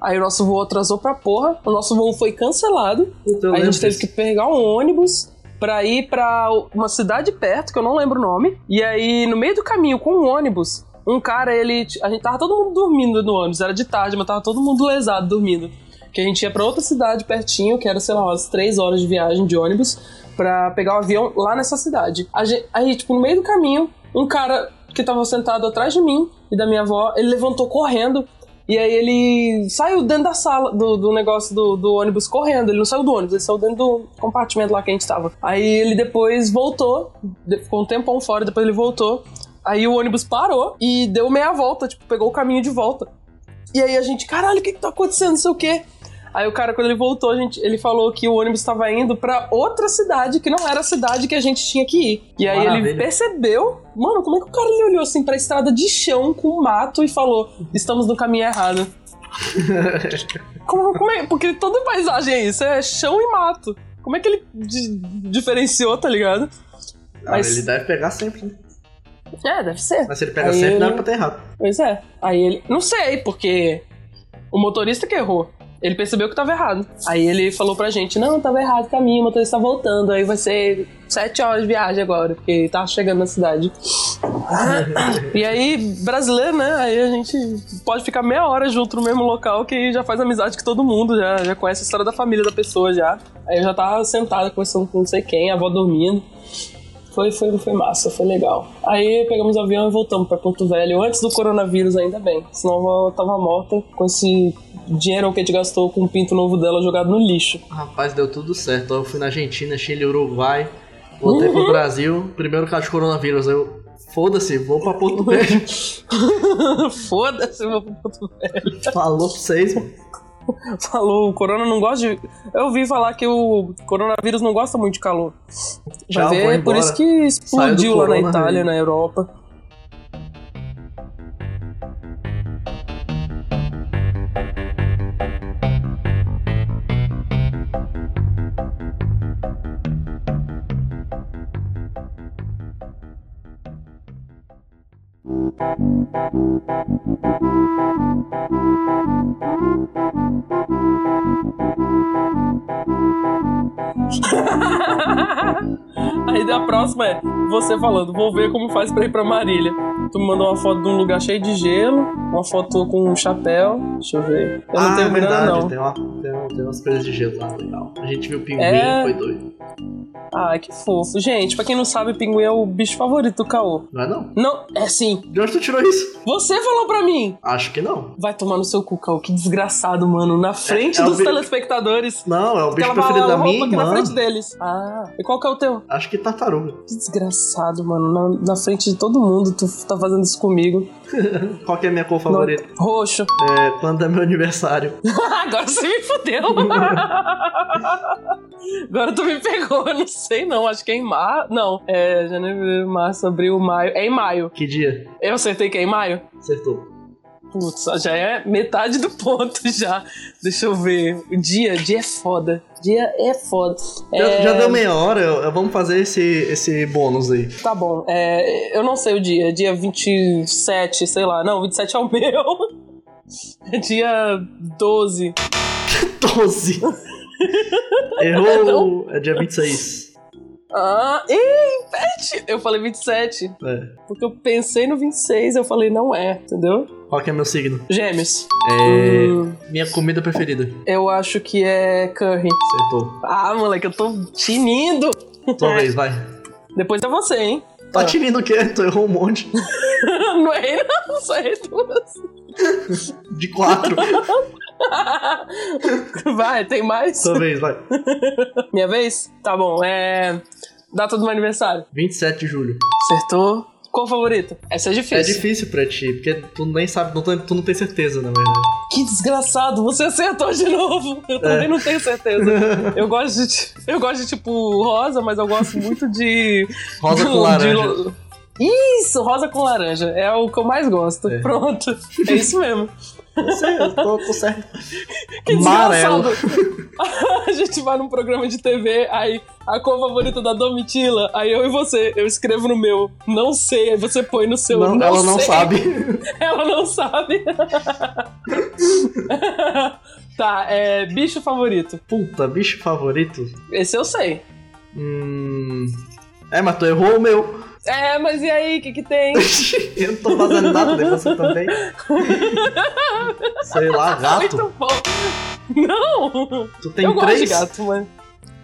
A: Aí o nosso voo atrasou pra porra. O nosso voo foi cancelado.
B: Então, eu
A: Aí a
B: lembro
A: gente teve
B: disso.
A: que pegar um ônibus pra ir pra uma cidade perto, que eu não lembro o nome. E aí, no meio do caminho, com o ônibus, um cara, ele. A gente tava todo mundo dormindo no ônibus, era de tarde, mas tava todo mundo lesado dormindo. Que a gente ia pra outra cidade pertinho, que era, sei lá, umas três horas de viagem de ônibus, pra pegar o avião lá nessa cidade. A gente- aí, tipo, no meio do caminho, um cara que tava sentado atrás de mim e da minha avó, ele levantou correndo e aí ele saiu dentro da sala do, do negócio do, do ônibus correndo. Ele não saiu do ônibus, ele saiu dentro do compartimento lá que a gente tava. Aí ele depois voltou, de- ficou um tempão fora, depois ele voltou. Aí o ônibus parou e deu meia volta, tipo, pegou o caminho de volta. E aí a gente, caralho, o que que tá acontecendo? Não sei o quê. Aí o cara, quando ele voltou, a gente, ele falou que o ônibus tava indo pra outra cidade, que não era a cidade que a gente tinha que ir. E aí ele
B: Maravilha.
A: percebeu, mano, como é que o cara ele olhou assim pra estrada de chão com um mato e falou: estamos no caminho errado. Como, como é, porque toda paisagem é isso, é chão e mato. Como é que ele di- diferenciou, tá ligado?
B: Ah,
A: Mas-
B: ele deve pegar sempre, né?
A: É, deve ser.
B: Mas se ele pega
A: Aí
B: sempre,
A: eu-
B: não era pra ter errado.
A: Pois é. Aí ele. Não sei, porque o motorista que errou. Ele percebeu que tava errado. Aí ele falou pra gente: não, tava errado o caminho, o motorista tá voltando. Aí vai ser sete horas de viagem agora, porque tava chegando na cidade. E aí, brasileiro, né? Aí a gente pode ficar meia hora junto no mesmo local que já faz amizade com todo mundo, já, já conhece a história da família da pessoa já. Aí eu já tava sentada conversando com não sei quem, a avó dormindo. Foi, foi, foi massa, foi legal. Aí pegamos o avião e voltamos pra Porto Velho, antes do coronavírus, ainda bem. Senão eu tava morta com esse dinheiro que a gente gastou com o pinto novo dela jogado no lixo.
B: Rapaz, deu tudo certo. Eu fui na Argentina, Chile, Uruguai, voltei pro
A: Uhum.
B: Brasil, primeiro caso de coronavírus. Eu, foda-se, vou pra Porto Velho.
A: Foda-se, vou pro Porto Velho.
B: Falou Tipo, pra vocês, mano.
A: Falou, o corona não gosta de. Eu ouvi falar que o coronavírus não gosta muito de calor.
B: Tchau,
A: Vai ver,
B: vou
A: é por
B: embora.
A: isso que
B: Saiu do
A: explodiu lá na
B: corona,
A: Itália,
B: né?
A: na Europa. Aí da próxima é você falando, vou ver como faz pra ir pra Marília. Tu me mandou uma foto de um lugar cheio de gelo, uma foto com um chapéu. Deixa eu ver. Eu não
B: ah,
A: tenho grana,
B: verdade,
A: não.
B: Tem, uma, tem, um- tem umas coisas de gelo lá, legal. A gente viu pinguim,
A: É.
B: foi doido.
A: Ai, que fofo. Gente, pra quem não sabe, pinguim é o bicho favorito do Caô.
B: Não é não?
A: Não, é sim.
B: De onde tu tirou isso?
A: Você falou pra mim.
B: Acho que não.
A: Vai tomar no seu cu, Caô. Que desgraçado, mano. Na frente
B: é o
A: dos
B: bi-
A: telespectadores.
B: Não, é o bicho
A: Aquela bala
B: preferido da minha
A: roupa aqui na
B: irmã.
A: frente deles. Ah, e qual que é o teu?
B: Acho que tartaruga.
A: Que desgraçado, mano. Na, na frente de todo mundo, tu tá fazendo isso comigo.
B: Qual que é a minha cor favorita?
A: Não, roxo.
B: É quando é meu aniversário.
A: Agora você me fudeu. Agora tu me pegou, eu não sei não. Acho que é em mar... Não, é janeiro, março, abril, maio. É em maio.
B: Que dia?
A: Eu acertei que é em maio?
B: Acertou.
A: Putz, já é metade do ponto já. Deixa eu ver. O dia, dia é foda. Dia é foda.
B: Já,
A: É,
B: já deu meia hora, eu- eu- vamos fazer esse, esse bônus aí.
A: Tá bom. É, eu não sei o dia. Dia 27, sei lá. Não, 27 é o meu. É dia 12.
B: 12. Errou. É dia 26.
A: Ah, ih, pete! Eu falei 27.
B: É.
A: Porque eu pensei no 26, eu falei, não é, entendeu?
B: Qual que é meu signo?
A: Gêmeos.
B: É.
A: Hum,
B: Minha comida preferida.
A: eu acho que é curry.
B: Acertou.
A: Ah, moleque, eu tô tinindo.
B: Tua vez, vai.
A: Depois é você, hein?
B: Tá te vindo o quê? Tu errou um monte.
A: Não errei, não, só errei duas.
B: De quatro.
A: Vai, tem mais?
B: Tua vez, vai.
A: Minha vez? Tá bom, é. Data do meu aniversário.
B: 27 de julho.
A: Acertou. Qual favorita? Essa é difícil.
B: É difícil pra ti, porque tu nem sabe, não tu- tu não tem certeza, na verdade.
A: Que desgraçado, você acertou de novo. Eu também não tenho certeza. Eu gosto de. ti- Eu gosto de tipo rosa, mas eu gosto muito de.
B: Rosa
A: de-
B: com laranja.
A: de- Isso, rosa com laranja. É o que eu mais gosto.
B: É.
A: Pronto. É isso mesmo.
B: Sei, eu tô, tô certo.
A: Que
B: Amarelo.
A: desgraçado! a gente vai num programa de TV, aí a cor favorita da Domitila, aí eu e você, eu escrevo no meu, não sei, aí você põe no seu,
B: Não,
A: não,
B: ela
A: sei.
B: não sabe.
A: Ela não sabe. tá, é bicho favorito.
B: Puta, bicho favorito.
A: Esse eu sei.
B: Hum. É, mas tu errou o meu.
A: É, mas e aí, o que que tem?
B: Eu não tô fazendo nada de você também. Sei lá, gato.
A: Muito bom. Não!
B: Tu tem
A: Então, eu gosto de
B: três.
A: gato, mas...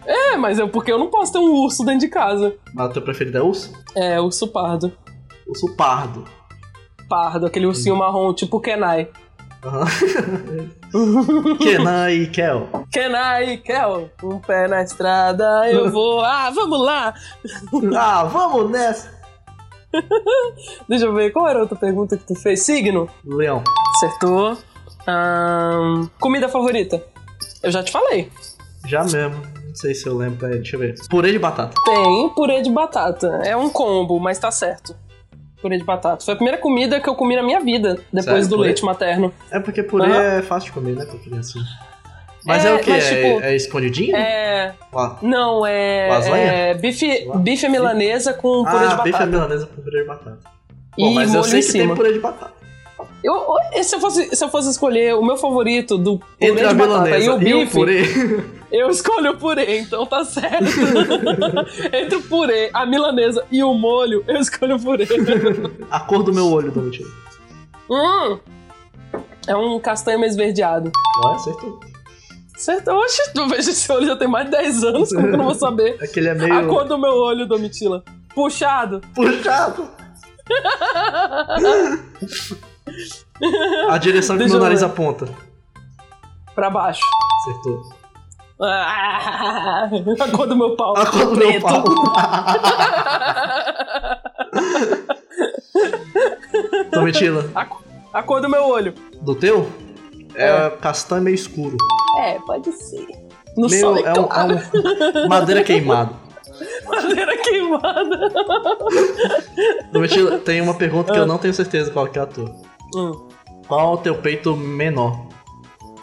A: É, mas é porque eu não posso ter um urso dentro de casa.
B: Mas o teu preferido é urso?
A: É, urso pardo.
B: Urso pardo.
A: Pardo, aquele ursinho marrom, tipo Kenai.
B: Aham. Kenan e Kel.
A: Kenai, Kel, um pé na estrada, eu vou. Ah, vamos lá!
B: Ah, vamos nessa.
A: Deixa eu ver, qual era a outra pergunta que tu fez? Signo?
B: Leão.
A: Acertou. Ahn, comida favorita? Eu já te falei.
B: Já mesmo. Não sei se eu lembro. Peraí, deixa eu ver. Purê de batata.
A: Tem purê de batata. É um combo, mas tá certo. Purê de batata. Foi a primeira comida que eu comi na minha vida, depois
B: Sério,
A: do
B: purê?
A: leite materno.
B: É porque purê
A: Aham.
B: é fácil de comer, né, pra criança. Mas é,
A: É,
B: o quê?
A: mas,
B: É-
A: tipo,
B: é, escondidinho?
A: É.
B: Ah,
A: Não, é.
B: Lasanha?
A: É bife,
B: Sei lá.
A: bife milanesa com purê de
B: ah bife à
A: batata.
B: milanesa com purê de batata.
A: E
B: Bom, mas eu
A: molho
B: sei
A: em
B: que
A: cima.
B: tem purê de batata.
A: Eu, eu- se, eu fosse, se eu fosse escolher o meu favorito do purê
B: Entre a
A: de batata
B: milanesa
A: e o bife,
B: purê.
A: eu escolho o purê, então tá certo. Entre o purê, a milanesa e o molho, eu escolho o purê.
B: A cor do meu olho, tá Domitila.
A: hum, é um castanho meio esverdeado.
B: Olha, acertou.
A: Certo? Oxe, eu vejo esse olho já tem mais de 10 anos, como que eu não vou saber?
B: Aquele é
A: A
B: meio
A: cor do meu olho, Domitila. Puxado.
B: puxado. a direção que
A: Deixa
B: meu
A: eu
B: nariz
A: ver.
B: aponta.
A: Pra baixo.
B: Acertou.
A: Ah, a cor do meu pau.
B: A cor do meu
A: Preto.
B: pau. Domitila,
A: A, co- a cor do meu olho.
B: do teu? É, castanho meio escuro.
A: É, pode ser. No
B: Meio,
A: sol,
B: é,
A: então.
B: um, é um- madeira queimada.
A: Madeira queimada.
B: Domitila, tem uma pergunta
A: Ah.
B: que eu não tenho certeza qual que é a tua.
A: Hum,
B: Qual o teu peito menor?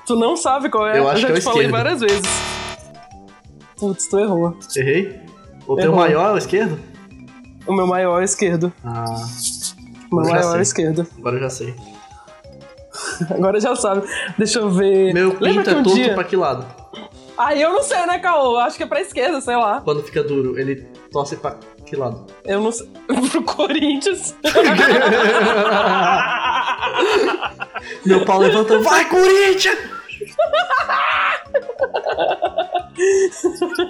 A: tu não sabe qual é.
B: Eu acho
A: já
B: que é
A: te
B: o
A: falei
B: esquerdo.
A: várias vezes. Putz, tu errou.
B: Errei? O teu
A: Errou.
B: maior é o esquerdo?
A: O meu maior é o esquerdo.
B: Ah,
A: O meu
B: Eu já
A: maior é
B: sei.
A: o esquerdo.
B: agora eu já sei.
A: Agora já sabe. Deixa eu ver.
B: Meu
A: Lembra
B: pinto
A: que
B: é
A: um
B: torto
A: dia...
B: pra que lado?
A: Aí eu não sei, né, Caô? Acho que é pra esquerda, sei lá.
B: Quando fica duro, ele torce pra que lado?
A: Eu não sei. Pro Corinthians.
B: Meu pau levanta, vai Corinthians!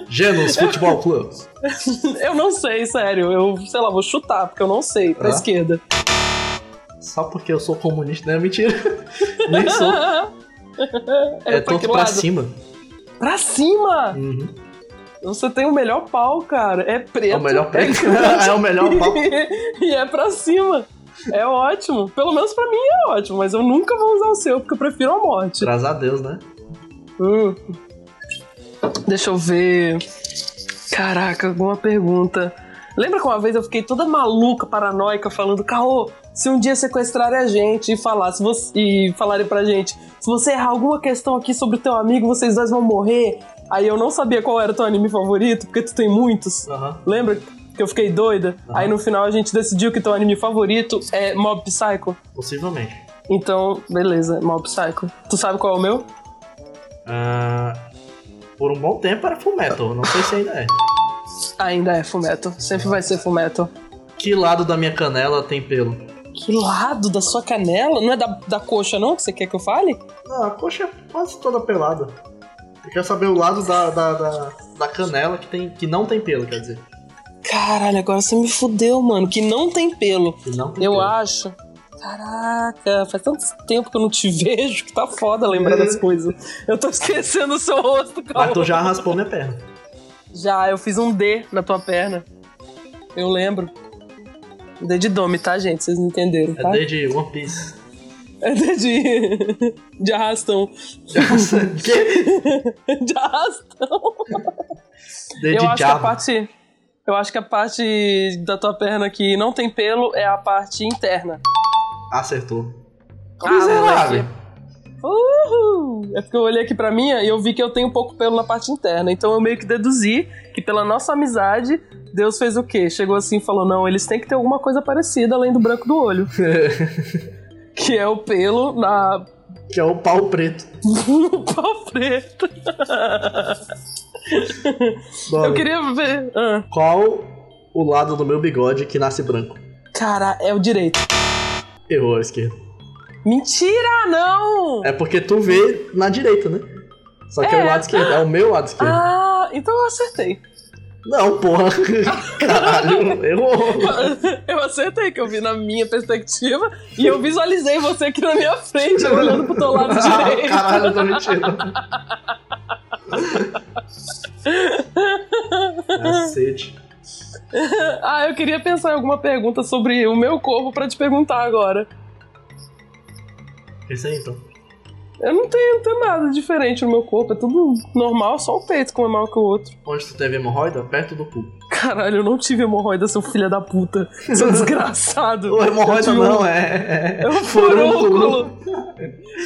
B: Genos Futebol Club.
A: Eu não sei, sério. Eu, sei lá, vou chutar, porque eu não sei. Pra
B: Ah.
A: esquerda.
B: Só porque eu sou comunista, né? Mentira. Nem sou.
A: pra que
B: É, tanto pra
A: tá lado?
B: cima.
A: Pra cima!
B: Uhum.
A: Você tem o melhor pau, cara. É preto.
B: É o melhor
A: é
B: preto.
A: grande.
B: é o melhor pau.
A: e é pra cima. É ótimo. Pelo menos pra mim é ótimo, mas eu nunca vou usar o seu, porque eu prefiro a morte.
B: Graças a Deus, né?
A: Hum. Deixa eu ver. Caraca, alguma pergunta. Lembra que uma vez eu fiquei toda maluca, paranoica, falando, Caô, se um dia sequestrarem a gente e falar, se você, e falarem pra gente, se você errar alguma questão aqui sobre o teu amigo, vocês dois vão morrer. Aí eu não sabia qual era o teu anime favorito, porque tu tem muitos.
B: Aham.
A: Lembra que eu fiquei doida?
B: Aham.
A: Aí no final a gente decidiu que teu anime favorito é Mob Psycho.
B: Possivelmente.
A: Então, beleza, Mob Psycho. Tu sabe qual é o meu?
B: Ah, por um bom tempo era Full Metal, não sei se ainda é.
A: Ainda é Fumeto. Sempre vai ser Fumeto.
B: Que lado da minha canela tem pelo?
A: Que lado da sua canela? Não é da, da coxa, não? Que você quer que eu fale?
B: Não, a coxa é quase toda pelada. Eu quero saber o lado da, da, da, da canela que, tem, que não tem pelo, quer dizer.
A: Caralho, agora você me fudeu, mano. Que não tem pelo.
B: Que não tem
A: Eu
B: pelo.
A: acho. Caraca, faz tanto tempo que eu não te vejo que tá foda lembrar das coisas. Eu tô esquecendo o seu rosto,
B: Mas
A: cara.
B: tu já raspou minha perna.
A: Já, eu fiz um D na tua perna. Eu lembro. D de dome, tá, gente? Vocês não entenderam,
B: É
A: tá?
B: desde One Piece.
A: É D de... de arrastão.
B: Que?
A: De arrastão.
B: desde
A: eu acho que a
B: Java.
A: parte. Eu acho que a parte da tua perna que não tem pelo é a parte interna.
B: Acertou.
A: Ah, Uhul! É porque eu olhei aqui pra minha e eu vi que eu tenho um pouco pelo na parte interna. Então eu meio que deduzi que pela nossa amizade, Deus fez o quê? Chegou assim e falou: não, eles têm que ter alguma coisa parecida além do branco do olho. que é o pelo na
B: que é o pau preto.
A: pau preto.
B: Bora.
A: eu queria ver. Ah.
B: Qual o lado do meu bigode que nasce branco?
A: Cara, é o direito.
B: Errou a esquerda.
A: Mentira, não!
B: É porque tu vê na direita, né? Só que é,
A: É.
B: o lado esquerdo. É o meu lado esquerdo.
A: Ah, então eu acertei.
B: Não, porra. Caralho, errou.
A: Eu acertei que eu vi na minha perspectiva e eu visualizei você aqui na minha frente, eu olhando pro teu lado direito.
B: Caralho, eu tô mentindo. Cacete.
A: Ah, eu queria pensar em alguma pergunta sobre o meu corpo pra te perguntar agora.
B: É Isso aí, então.
A: Eu não tenho, não tenho nada diferente no meu corpo, é tudo normal, só o peito que um é maior que o outro.
B: Onde tu teve hemorroida? Perto do cu.
A: Caralho, eu não tive hemorroida, seu filho da puta. Seu desgraçado.
B: Ou hemorroida
A: Eu tive um-
B: não, é...
A: É um furúnculo.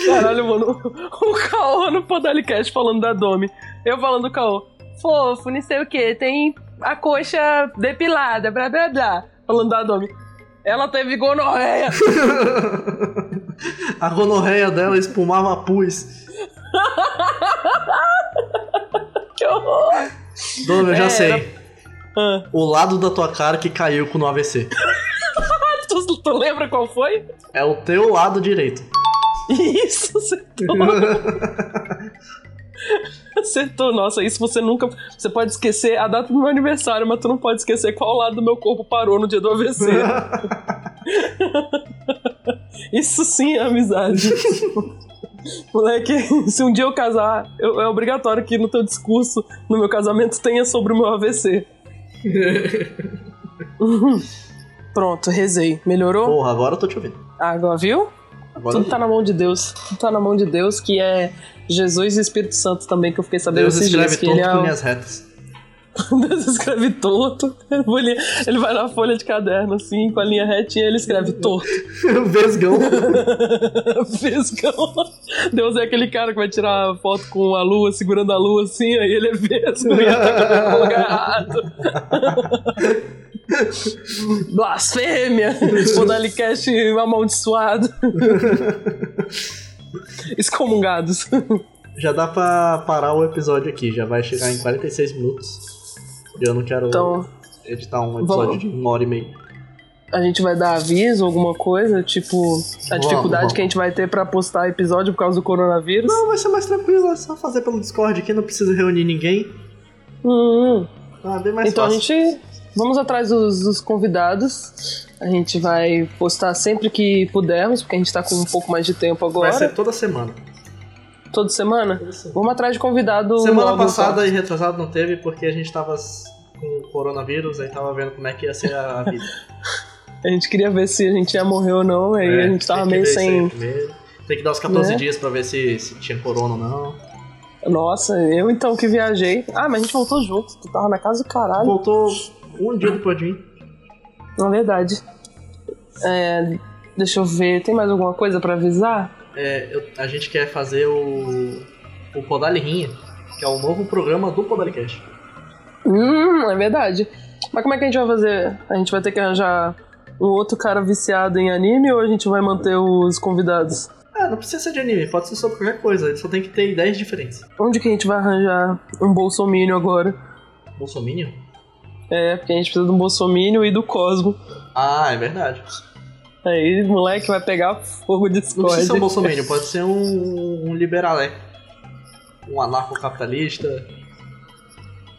A: Caralho, mano. O Caô no Podalicast falando da Domi. Eu falando do Caô. Fofo, não sei o que. Tem a coxa depilada, blá blá blá. Falando da Domi. Ela teve gonorreia.
B: A gonorreia dela espumava pus.
A: Que horror.
B: Dona, eu já
A: É,
B: sei.
A: Ah,
B: O lado da tua cara que caiu com no AVC.
A: tu, tu lembra qual foi?
B: É o teu lado direito.
A: Isso, acertou. Acertou. Nossa, isso você nunca... Você pode esquecer a data do meu aniversário, mas tu não pode esquecer qual lado do meu corpo parou no dia do AVC. Isso sim é amizade. Moleque, se um dia eu casar, eu- é obrigatório que no teu discurso, no meu casamento, tenha sobre o meu AVC. Uhum. Pronto, rezei. Melhorou?
B: Porra, agora eu tô te ouvindo.
A: Agora viu?
B: Agora eu
A: Tudo tá na mão de Deus. Tudo tá na mão de Deus, que é Jesus e Espírito Santo também, que eu fiquei sabendo
B: Deus
A: esses dias.
B: escreve
A: Que ele
B: torto
A: é
B: com
A: o-
B: linhas retas.
A: Deus escreve torto. Ele ele vai na folha de caderno, assim, com a linha retinha, ele escreve torto.
B: Vesgão.
A: Vesgão. Deus é aquele cara que vai tirar foto com a lua, segurando a lua assim, aí ele é vesgo e ataca o lugar errado. Blasfêmia! Podalicast amaldiçoado. Excomungados.
B: Já dá pra parar o episódio aqui, já vai chegar em 46 minutos. E eu não quero
A: Então,
B: editar um episódio
A: vamos.
B: de uma hora e meia.
A: a gente vai dar aviso, alguma coisa, tipo, a
B: Vamos,
A: dificuldade
B: vamos.
A: que a gente vai ter pra postar episódio por causa do coronavírus.
B: Não, vai ser mais tranquilo, é só fazer pelo Discord aqui, não precisa reunir ninguém.
A: Hum.
B: Ah, bem mais
A: então
B: fácil.
A: a gente. Vamos atrás dos, dos convidados. A gente vai postar sempre que pudermos, porque a gente tá com um pouco mais de tempo agora.
B: Vai ser toda semana.
A: Toda semana?
B: Toda semana.
A: Vamos atrás de convidado.
B: Semana
A: logo, então.
B: passada e retrasada não teve porque a gente tava s- com o coronavírus, aí tava vendo como é que ia ser a vida.
A: tá? A gente queria ver se a gente ia morrer ou não, aí
B: É,
A: a gente tava
B: tem que
A: meio
B: ver isso aí
A: sem.
B: primeiro. Tem que dar os 14
A: Né?
B: dias pra ver se, se tinha corona ou não.
A: Nossa, eu então que viajei. Ah, mas a gente voltou junto. Tu tava na casa do caralho.
B: Voltou um dia depois de mim.
A: Na verdade. É, deixa eu ver, tem mais alguma coisa pra avisar?
B: É, eu- a gente quer fazer o, o Podalirrinha, que é o novo programa do Podalicast.
A: Hum, é verdade. Mas como é que a gente vai fazer? A gente vai ter que arranjar um outro cara viciado em anime ou a gente vai manter os convidados?
B: Ah, não precisa ser de anime, pode ser sobre qualquer coisa, ele só tem que ter ideias diferentes.
A: Onde que a gente vai arranjar um bolsomínio agora?
B: Bolsominion?
A: É, porque a gente precisa de um bolsomínio e do Cosmo.
B: Ah, é verdade.
A: Aí o moleque vai pegar fogo de
B: Não precisa ser um
A: Discord.
B: Bolsominion, pode ser um, um liberalé. Um anarcocapitalista,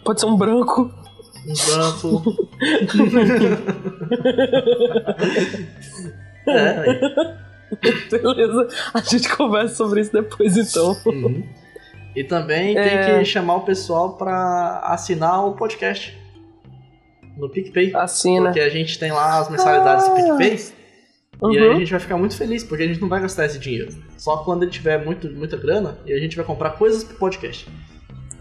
A: Pode ser um branco.
B: um branco. é, aí.
A: Beleza, a gente conversa sobre isso depois então.
B: Uhum. E também tem que chamar o pessoal pra assinar o podcast no PicPay.
A: Assina.
B: Porque a gente tem lá as mensalidades do
A: Né? Ah.
B: PicPay. E aí a
A: Uhum.
B: gente vai ficar muito feliz, porque a gente não vai gastar esse dinheiro. Só quando ele tiver muito, muita grana e a gente vai comprar coisas pro podcast.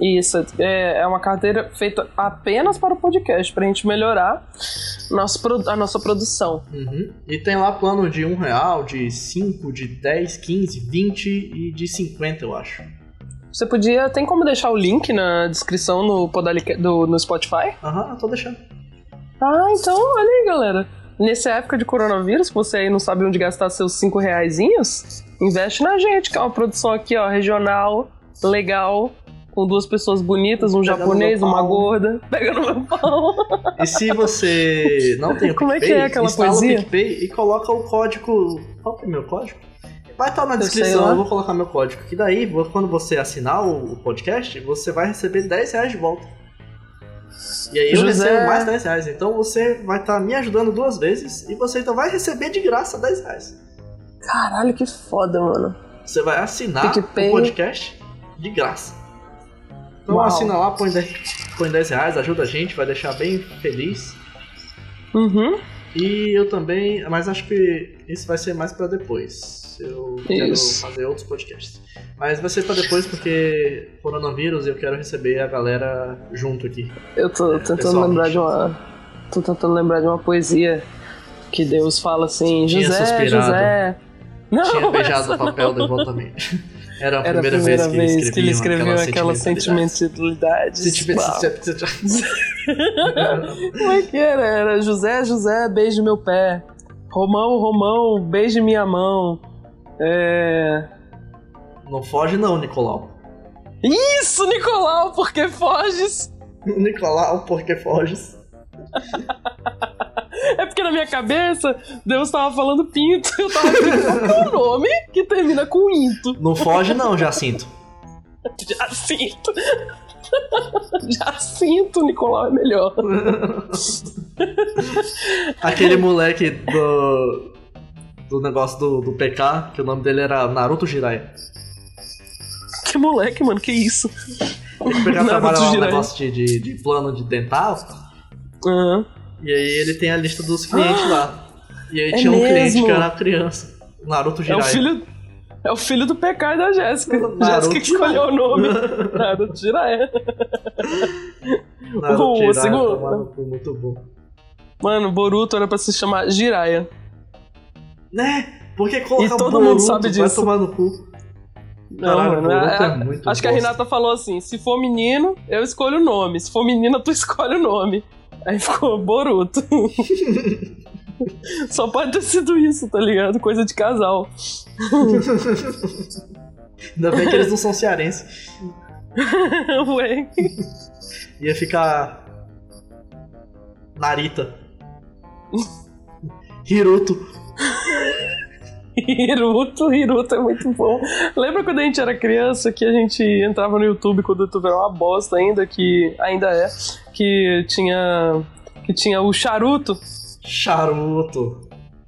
A: Isso, é, é uma carteira feita apenas para o podcast, pra gente melhorar nosso, pro- a nossa produção.
B: Uhum. E tem lá plano de um real, de 5, de 10, 15, 20 e de 50, eu acho.
A: Você podia. Tem como deixar o link na descrição no, Podalica- do, no Spotify?
B: Aham, eu tô deixando.
A: Ah, então olha aí, galera. Nessa época de coronavírus, que você aí não sabe onde gastar seus cinco reaisinhos, investe na gente, que é uma produção aqui, ó, regional, legal, com duas pessoas bonitas, um
B: Pega no
A: japonês,
B: meu
A: uma
B: pau.
A: gorda. Pega no meu pau.
B: E se você não tem o
A: Como é que
B: PicPay,
A: é aquela
B: instala
A: poesia?
B: o PicPay e coloca o código. Qual que é meu código? Vai estar na
A: Eu sei
B: descrição,
A: lá.
B: eu vou colocar meu código. Que daí, vo- quando você assinar o o podcast, você vai receber 10 reais de volta. E aí eu
A: José-
B: recebo mais 10 reais. Então você vai estar me ajudando duas vezes e você então vai receber de graça 10 reais.
A: Caralho, que foda, mano.
B: Você vai assinar
A: PicPay.
B: o podcast de graça. Então
A: Uau.
B: assina lá, põe 10, põe 10 reais, ajuda a gente, vai deixar bem feliz.
A: Uhum.
B: E eu também, mas acho que isso vai ser mais pra depois. Eu quero
A: Isso.
B: fazer outros podcasts. Mas vai ser pra depois porque coronavírus eu quero receber a galera junto aqui.
A: Eu tô tentando
B: pessoalmente.
A: lembrar de uma. Tô tentando lembrar de uma poesia que Deus fala assim,
B: Tinha
A: José,
B: suspirado.
A: José. Não,
B: Tinha beijado
A: essa
B: o papel devotamente. Era a
A: Era a
B: primeira,
A: primeira
B: vez, que
A: ele
B: ele
A: escreveu aquela
B: sentimentalidade.
A: sentimentalidade.
B: Sentimentalidade.
A: Como é que era? Era José, José, beije meu pé. Romão, Romão, beije minha mão. É.
B: Não foge não, Nicolau.
A: Isso, Nicolau, por que foges?
B: Nicolau, por que foges?
A: É porque na minha cabeça Deus tava falando pinto. Eu tava pensando qual o nome que termina com into.
B: Não foge não, Jacinto.
A: Jacinto. Jacinto, Nicolau é melhor.
B: Aquele moleque do. Do negócio do, do PK, que o nome dele era Naruto Jirai.
A: Que moleque, mano, que isso?
B: O PK
A: Naruto
B: trabalha lá no
A: Jiraiya.
B: negócio de, de, de plano de dental.
A: Aham.
B: E aí ele tem a lista dos clientes lá. E aí
A: É
B: tinha um cliente
A: mesmo?
B: que era criança. Naruto
A: É o
B: Jirai.
A: filho. É o filho do PK e da Jéssica.
B: Naruto
A: Jéssica que
B: Jiraiya.
A: escolheu o nome. Nada, tira ela.
B: Naruto
A: O
B: Jiraiya,
A: segundo-
B: tomar no cu, muito bom.
A: Mano, Boruto era pra se chamar Jiraya.
B: Né? Porque colocar
A: E todo
B: Boruto
A: mundo sabe
B: vai
A: disso.
B: tomar no cu.
A: Não,
B: Caralho,
A: mano.
B: Boruto
A: a-
B: é muito
A: acho que a
B: bosta.
A: Renata falou assim: se for menino, eu escolho o nome. Se for menina, tu escolhe o nome. Aí ficou Boruto. Só pode ter sido isso, tá ligado? Coisa de casal.
B: Ainda bem que eles não são cearenses.
A: Ué.
B: Ia ficar. Narita. Hiruto.
A: Hiruto, Hiruto é muito bom. Lembra quando a gente era criança que a gente entrava no YouTube quando o YouTube era uma bosta ainda, que ainda é, que tinha que tinha o charuto.
B: Charuto.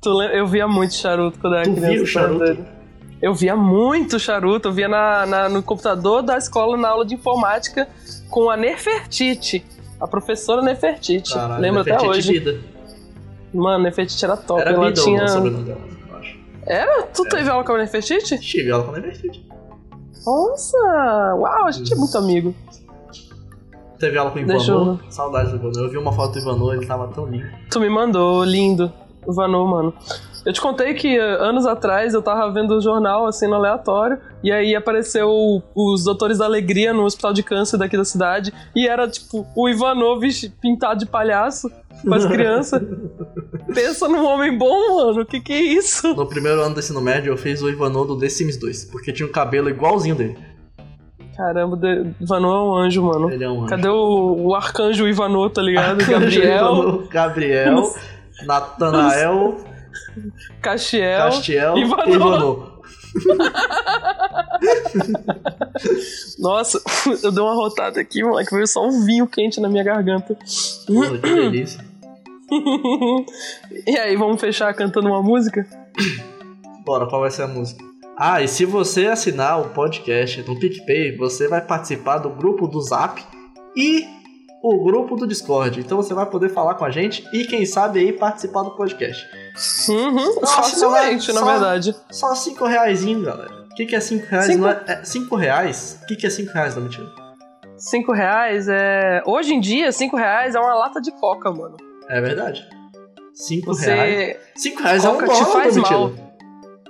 A: Tu lem- eu via muito charuto quando era
B: Tu
A: criança.
B: via o charuto?
A: doido. Eu via muito charuto, eu via na, na- no computador da escola na aula de informática com a Nefertiti, a professora Nefertiti.
B: Caralho,
A: Lembro até
B: Nefertiti
A: hoje.
B: Vida.
A: Mano, Nefertiti era top.
B: Era
A: ela
B: Beatle
A: tinha.
B: o sobrenome dela, eu acho.
A: Tu teve aula com a Nefertiti?
B: Tive ela com é a Nefertiti.
A: Nossa! Uau, a gente é muito amigo.
B: Teve ela com o
A: Deixa
B: Ivanô. Saudades do Ivanô. Eu vi uma foto do Ivanô, ele tava tão lindo.
A: Tu me mandou, lindo. O Vanô, mano. Eu te contei que eh, anos atrás eu tava vendo o jornal, assim, no aleatório, e aí apareceu o- os Doutores da Alegria no Hospital de Câncer daqui da cidade, e era, tipo, o Ivanovich pintado de palhaço com as crianças. Pensa num homem bom, mano, que que é isso?
B: No primeiro ano do ensino médio, eu fiz o Ivanô do The Sims 2, porque tinha um cabelo igualzinho dele.
A: Caramba, de- Vanô é um anjo, mano.
B: Ele é um anjo.
A: Cadê o, o arcanjo Ivanô, tá ligado?
B: Arcanjo
A: Gabriel,
B: Ivanô, Gabriel, Natanael,
A: Castiel.
B: Castiel e
A: Ivanô.
B: Ivanô.
A: Nossa, eu dei uma rotada aqui, moleque, veio só um vinho quente na minha garganta.
B: Pô, que delícia.
A: e aí, vamos fechar cantando uma música?
B: Bora, qual vai ser a música? Ah, e se você assinar o podcast no PicPay, você vai participar do grupo do Zap e o grupo do Discord. Então você vai poder falar com a gente e, quem sabe, aí participar do podcast.
A: Uhum,
B: Nossa,
A: facilmente,
B: não é-
A: na
B: só-
A: verdade.
B: Só 5 reais, galera. O que, que é 5 reais?
A: Cinco-
B: Não é- é 5 reais? O que, que é 5 reais? Não, mentira.
A: Cinco reais é. Hoje em dia, cinco reais é uma lata de coca, mano.
B: É verdade. 5 reais.
A: Você.
B: 5 reais é um
A: Coca te
B: dólar,
A: faz
B: não,
A: mal.
B: mentira.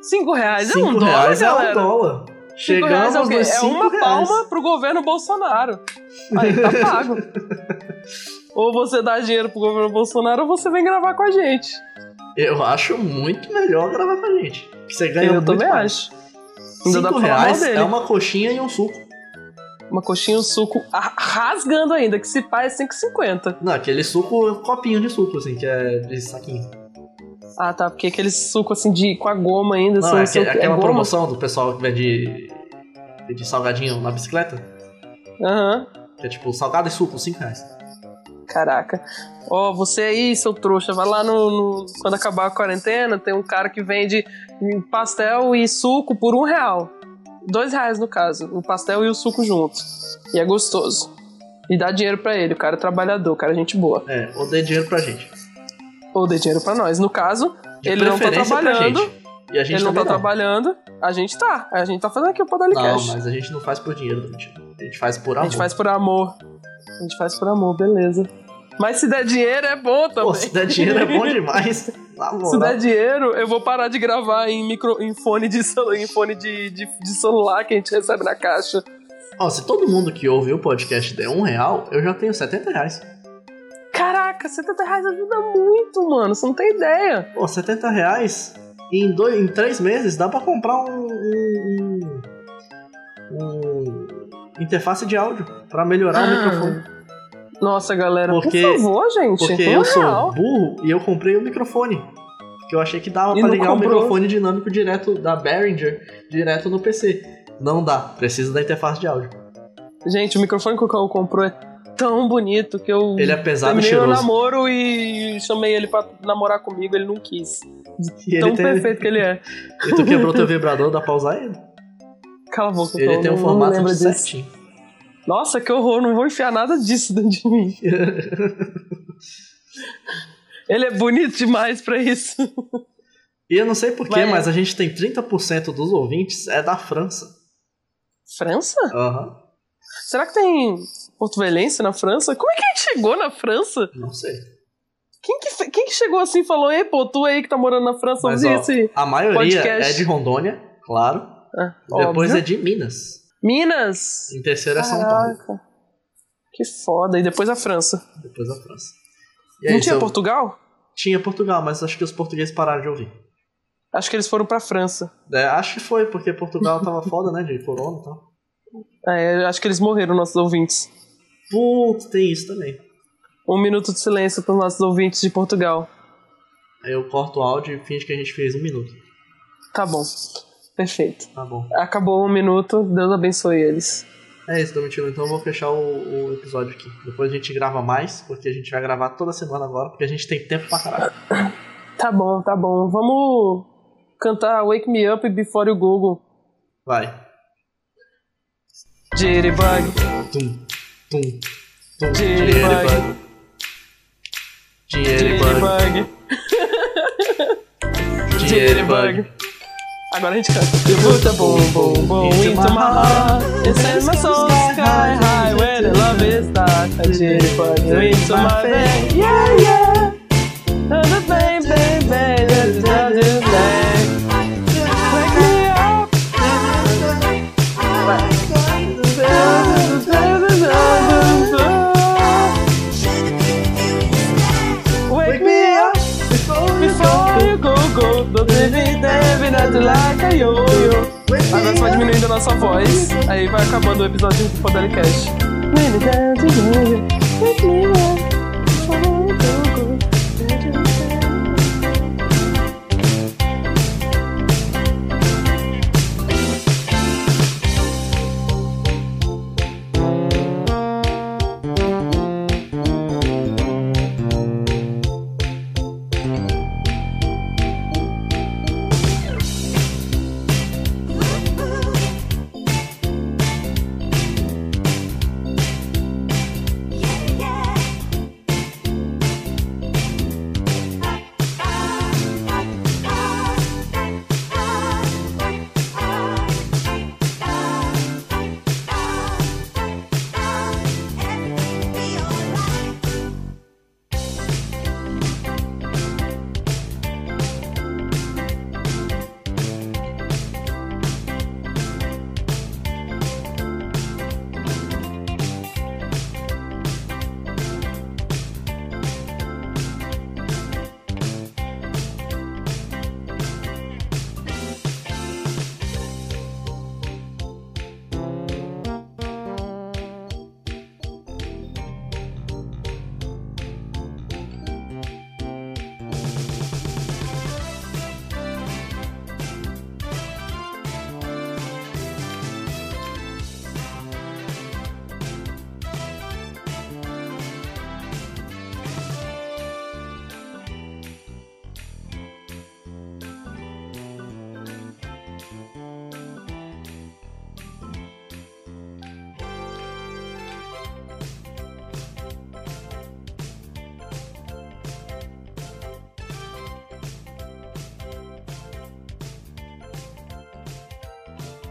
A: Cinco reais é
B: Cinco
A: um dólar,
B: reais é um
A: galera.
B: dólar.
A: Cinco
B: Chegamos
A: reais é o quê?
B: nos
A: É
B: 5
A: uma
B: reais.
A: palma pro governo Bolsonaro. Aí tá pago. ou você dá dinheiro pro governo Bolsonaro ou você vem gravar com a gente.
B: Eu acho muito melhor gravar com a gente. Que você ganha
A: eu
B: muito
A: também
B: mais.
A: acho. Ainda dá pra falar mal
B: Cinco reais
A: dele.
B: é uma coxinha e um suco.
A: Uma coxinha, um suco a- rasgando ainda, que se pá é 5,50.
B: Não, aquele suco é um copinho de suco, assim, que é de saquinho.
A: Ah, tá, porque aquele suco assim de, com a goma ainda.
B: Não,
A: são-
B: é, aque-
A: são- é
B: aquela
A: goma?
B: promoção do pessoal que vende de salgadinho na bicicleta.
A: Aham.
B: Que é tipo, salgado e suco, 5 reais.
A: Caraca. Ó, você aí, seu trouxa, vai lá no, no- Quando acabar a quarentena, tem um cara que vende hum, pastel e suco por um real. Dois reais, no caso. O pastel e o suco juntos. E é gostoso. E dá dinheiro pra ele, o cara é trabalhador, o cara é gente boa.
B: É, ou dê dinheiro pra gente.
A: Ou dê dinheiro pra nós. No caso,
B: De
A: ele não tá
B: preferência
A: trabalhando.
B: Pra gente. E a gente
A: ele não tá
B: também
A: trabalhando, a gente tá. A gente tá fazendo aqui o Podali
B: Não,
A: Cash.
B: mas a gente não faz por dinheiro, gente. A gente faz por
A: A
B: amor.
A: gente faz por amor. A gente faz por amor, beleza. Mas se der dinheiro é bom também.
B: Pô, se der dinheiro é bom demais. Tá Na moral.
A: Se der dinheiro, eu vou parar de gravar em micro, em fone de celular, em fone de, de, de celular que a gente recebe na caixa.
B: Ó, se todo mundo que ouve o podcast der um real, eu já tenho 70 reais.
A: Caraca, 70 reais ajuda muito, mano. Você não tem ideia.
B: Pô, 70 reais em, dois, em três meses dá pra comprar um. um, um- um interface de áudio pra melhorar
A: Ah,
B: o microfone.
A: Nossa, galera,
B: Porque-
A: por favor, gente.
B: Porque
A: um
B: eu sou
A: real.
B: burro e eu comprei o microfone. Porque eu achei que dava
A: E
B: pra
A: não
B: ligar o
A: comprou.
B: microfone dinâmico direto da Behringer direto no PC. Não dá, precisa da interface de áudio.
A: Gente, o microfone que o Cão comprou é tão bonito que eu
B: Ele é pesado e
A: terminei meu
B: cheiroso.
A: namoro e chamei ele pra namorar comigo, ele não quis.
B: E, ele
A: tão
B: tem,
A: perfeito que ele é.
B: e tu quebrou teu vibrador, dá pra usar ele.
A: Cala a boca,
B: Ele
A: Cão,
B: tem um
A: não- não
B: formato
A: lembra
B: de
A: disso.
B: certinho.
A: Nossa, que horror, não vou enfiar nada disso dentro de mim. Ele é bonito demais pra isso.
B: E eu não sei porquê,
A: Mas-
B: mas a gente tem 30% dos ouvintes é da França.
A: França?
B: Aham.
A: Será que tem porto-velhense na França? Como é que a gente chegou na França?
B: Não sei.
A: Quem que, fe- quem que chegou assim e falou, ei, pô, tu aí que tá morando na França,
B: Mas,
A: ouvi
B: ó,
A: esse...
B: A maioria
A: Podcast.
B: é de Rondônia, claro.
A: Ah,
B: Depois
A: óbvio.
B: é de Minas.
A: Minas!
B: Em terceiro é São Paulo.
A: Caraca. Que foda. E depois a França.
B: Depois a França. E
A: Não
B: aí,
A: tinha
B: seu-
A: Portugal?
B: tinha Portugal, mas acho que os portugueses pararam de ouvir.
A: Acho que eles foram pra França.
B: É, acho que foi, porque Portugal tava foda, né? De corona e tal.
A: É, acho que eles morreram, nossos ouvintes.
B: Putz, tem isso também.
A: Um minuto de silêncio pros nossos ouvintes de Portugal.
B: Aí eu corto o áudio e finge que a gente fez um minuto.
A: Tá bom. Perfeito.
B: Tá bom.
A: Acabou um minuto, Deus abençoe eles.
B: É isso, Domitilo. Então eu vou fechar o, o episódio aqui. Depois a gente grava mais, porque a gente vai gravar toda semana agora, porque a gente tem tempo pra caralho.
A: Tá bom, tá bom. Vamos cantar Wake Me Up Before You Google.
B: Vai.
A: Jitterbug,
B: Tum, tum, tum.
A: Jitterbug.
B: Jitterbug.
A: Jitterbug,
B: Jitterbug.
A: Jitterbug. Agora a gente canta. You put a boom, boom, boom into my heart. It sends my soul sky high when the love is Então, dark. A jitterbug into my vein. é Yeah, yeah. And the bang, bang, bang. Let's do this thing. Wake me up. Wake me up before you go go do baby baby not like a yo yo. Agora só diminuindo a nossa voz, aí vai acabando o episódio do Podelicast.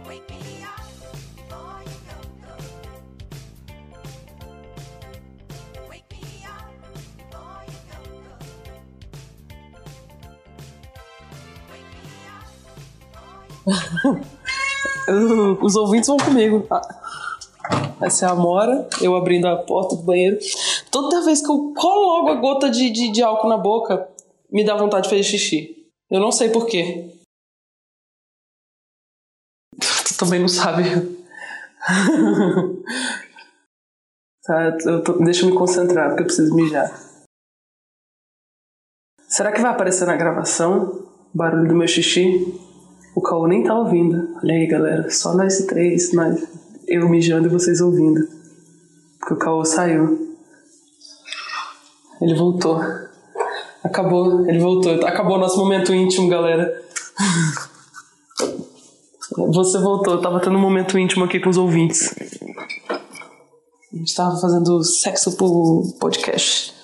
C: Wake me up before you go go. Wake me up before you go go. Wake me up before you.
A: Uh, Os ouvintes vão comigo. Ah. Essa é a Amora, eu abrindo a porta do banheiro. Toda vez que eu coloco a gota de, de, de álcool na boca, me dá vontade de fazer xixi. Eu não sei porquê. Tu também não sabe. tá, eu tô- deixa eu me concentrar, porque eu preciso mijar. Será que vai aparecer na gravação o barulho do meu xixi? O Caô nem tá ouvindo. Olha aí, galera. Só nós três, nós, eu mijando e vocês ouvindo. Porque o Caô saiu. Ele voltou. Acabou, ele voltou. Acabou o nosso momento íntimo, galera. Você voltou, eu tava tendo um momento íntimo aqui com os ouvintes. A gente tava fazendo sexo pro podcast.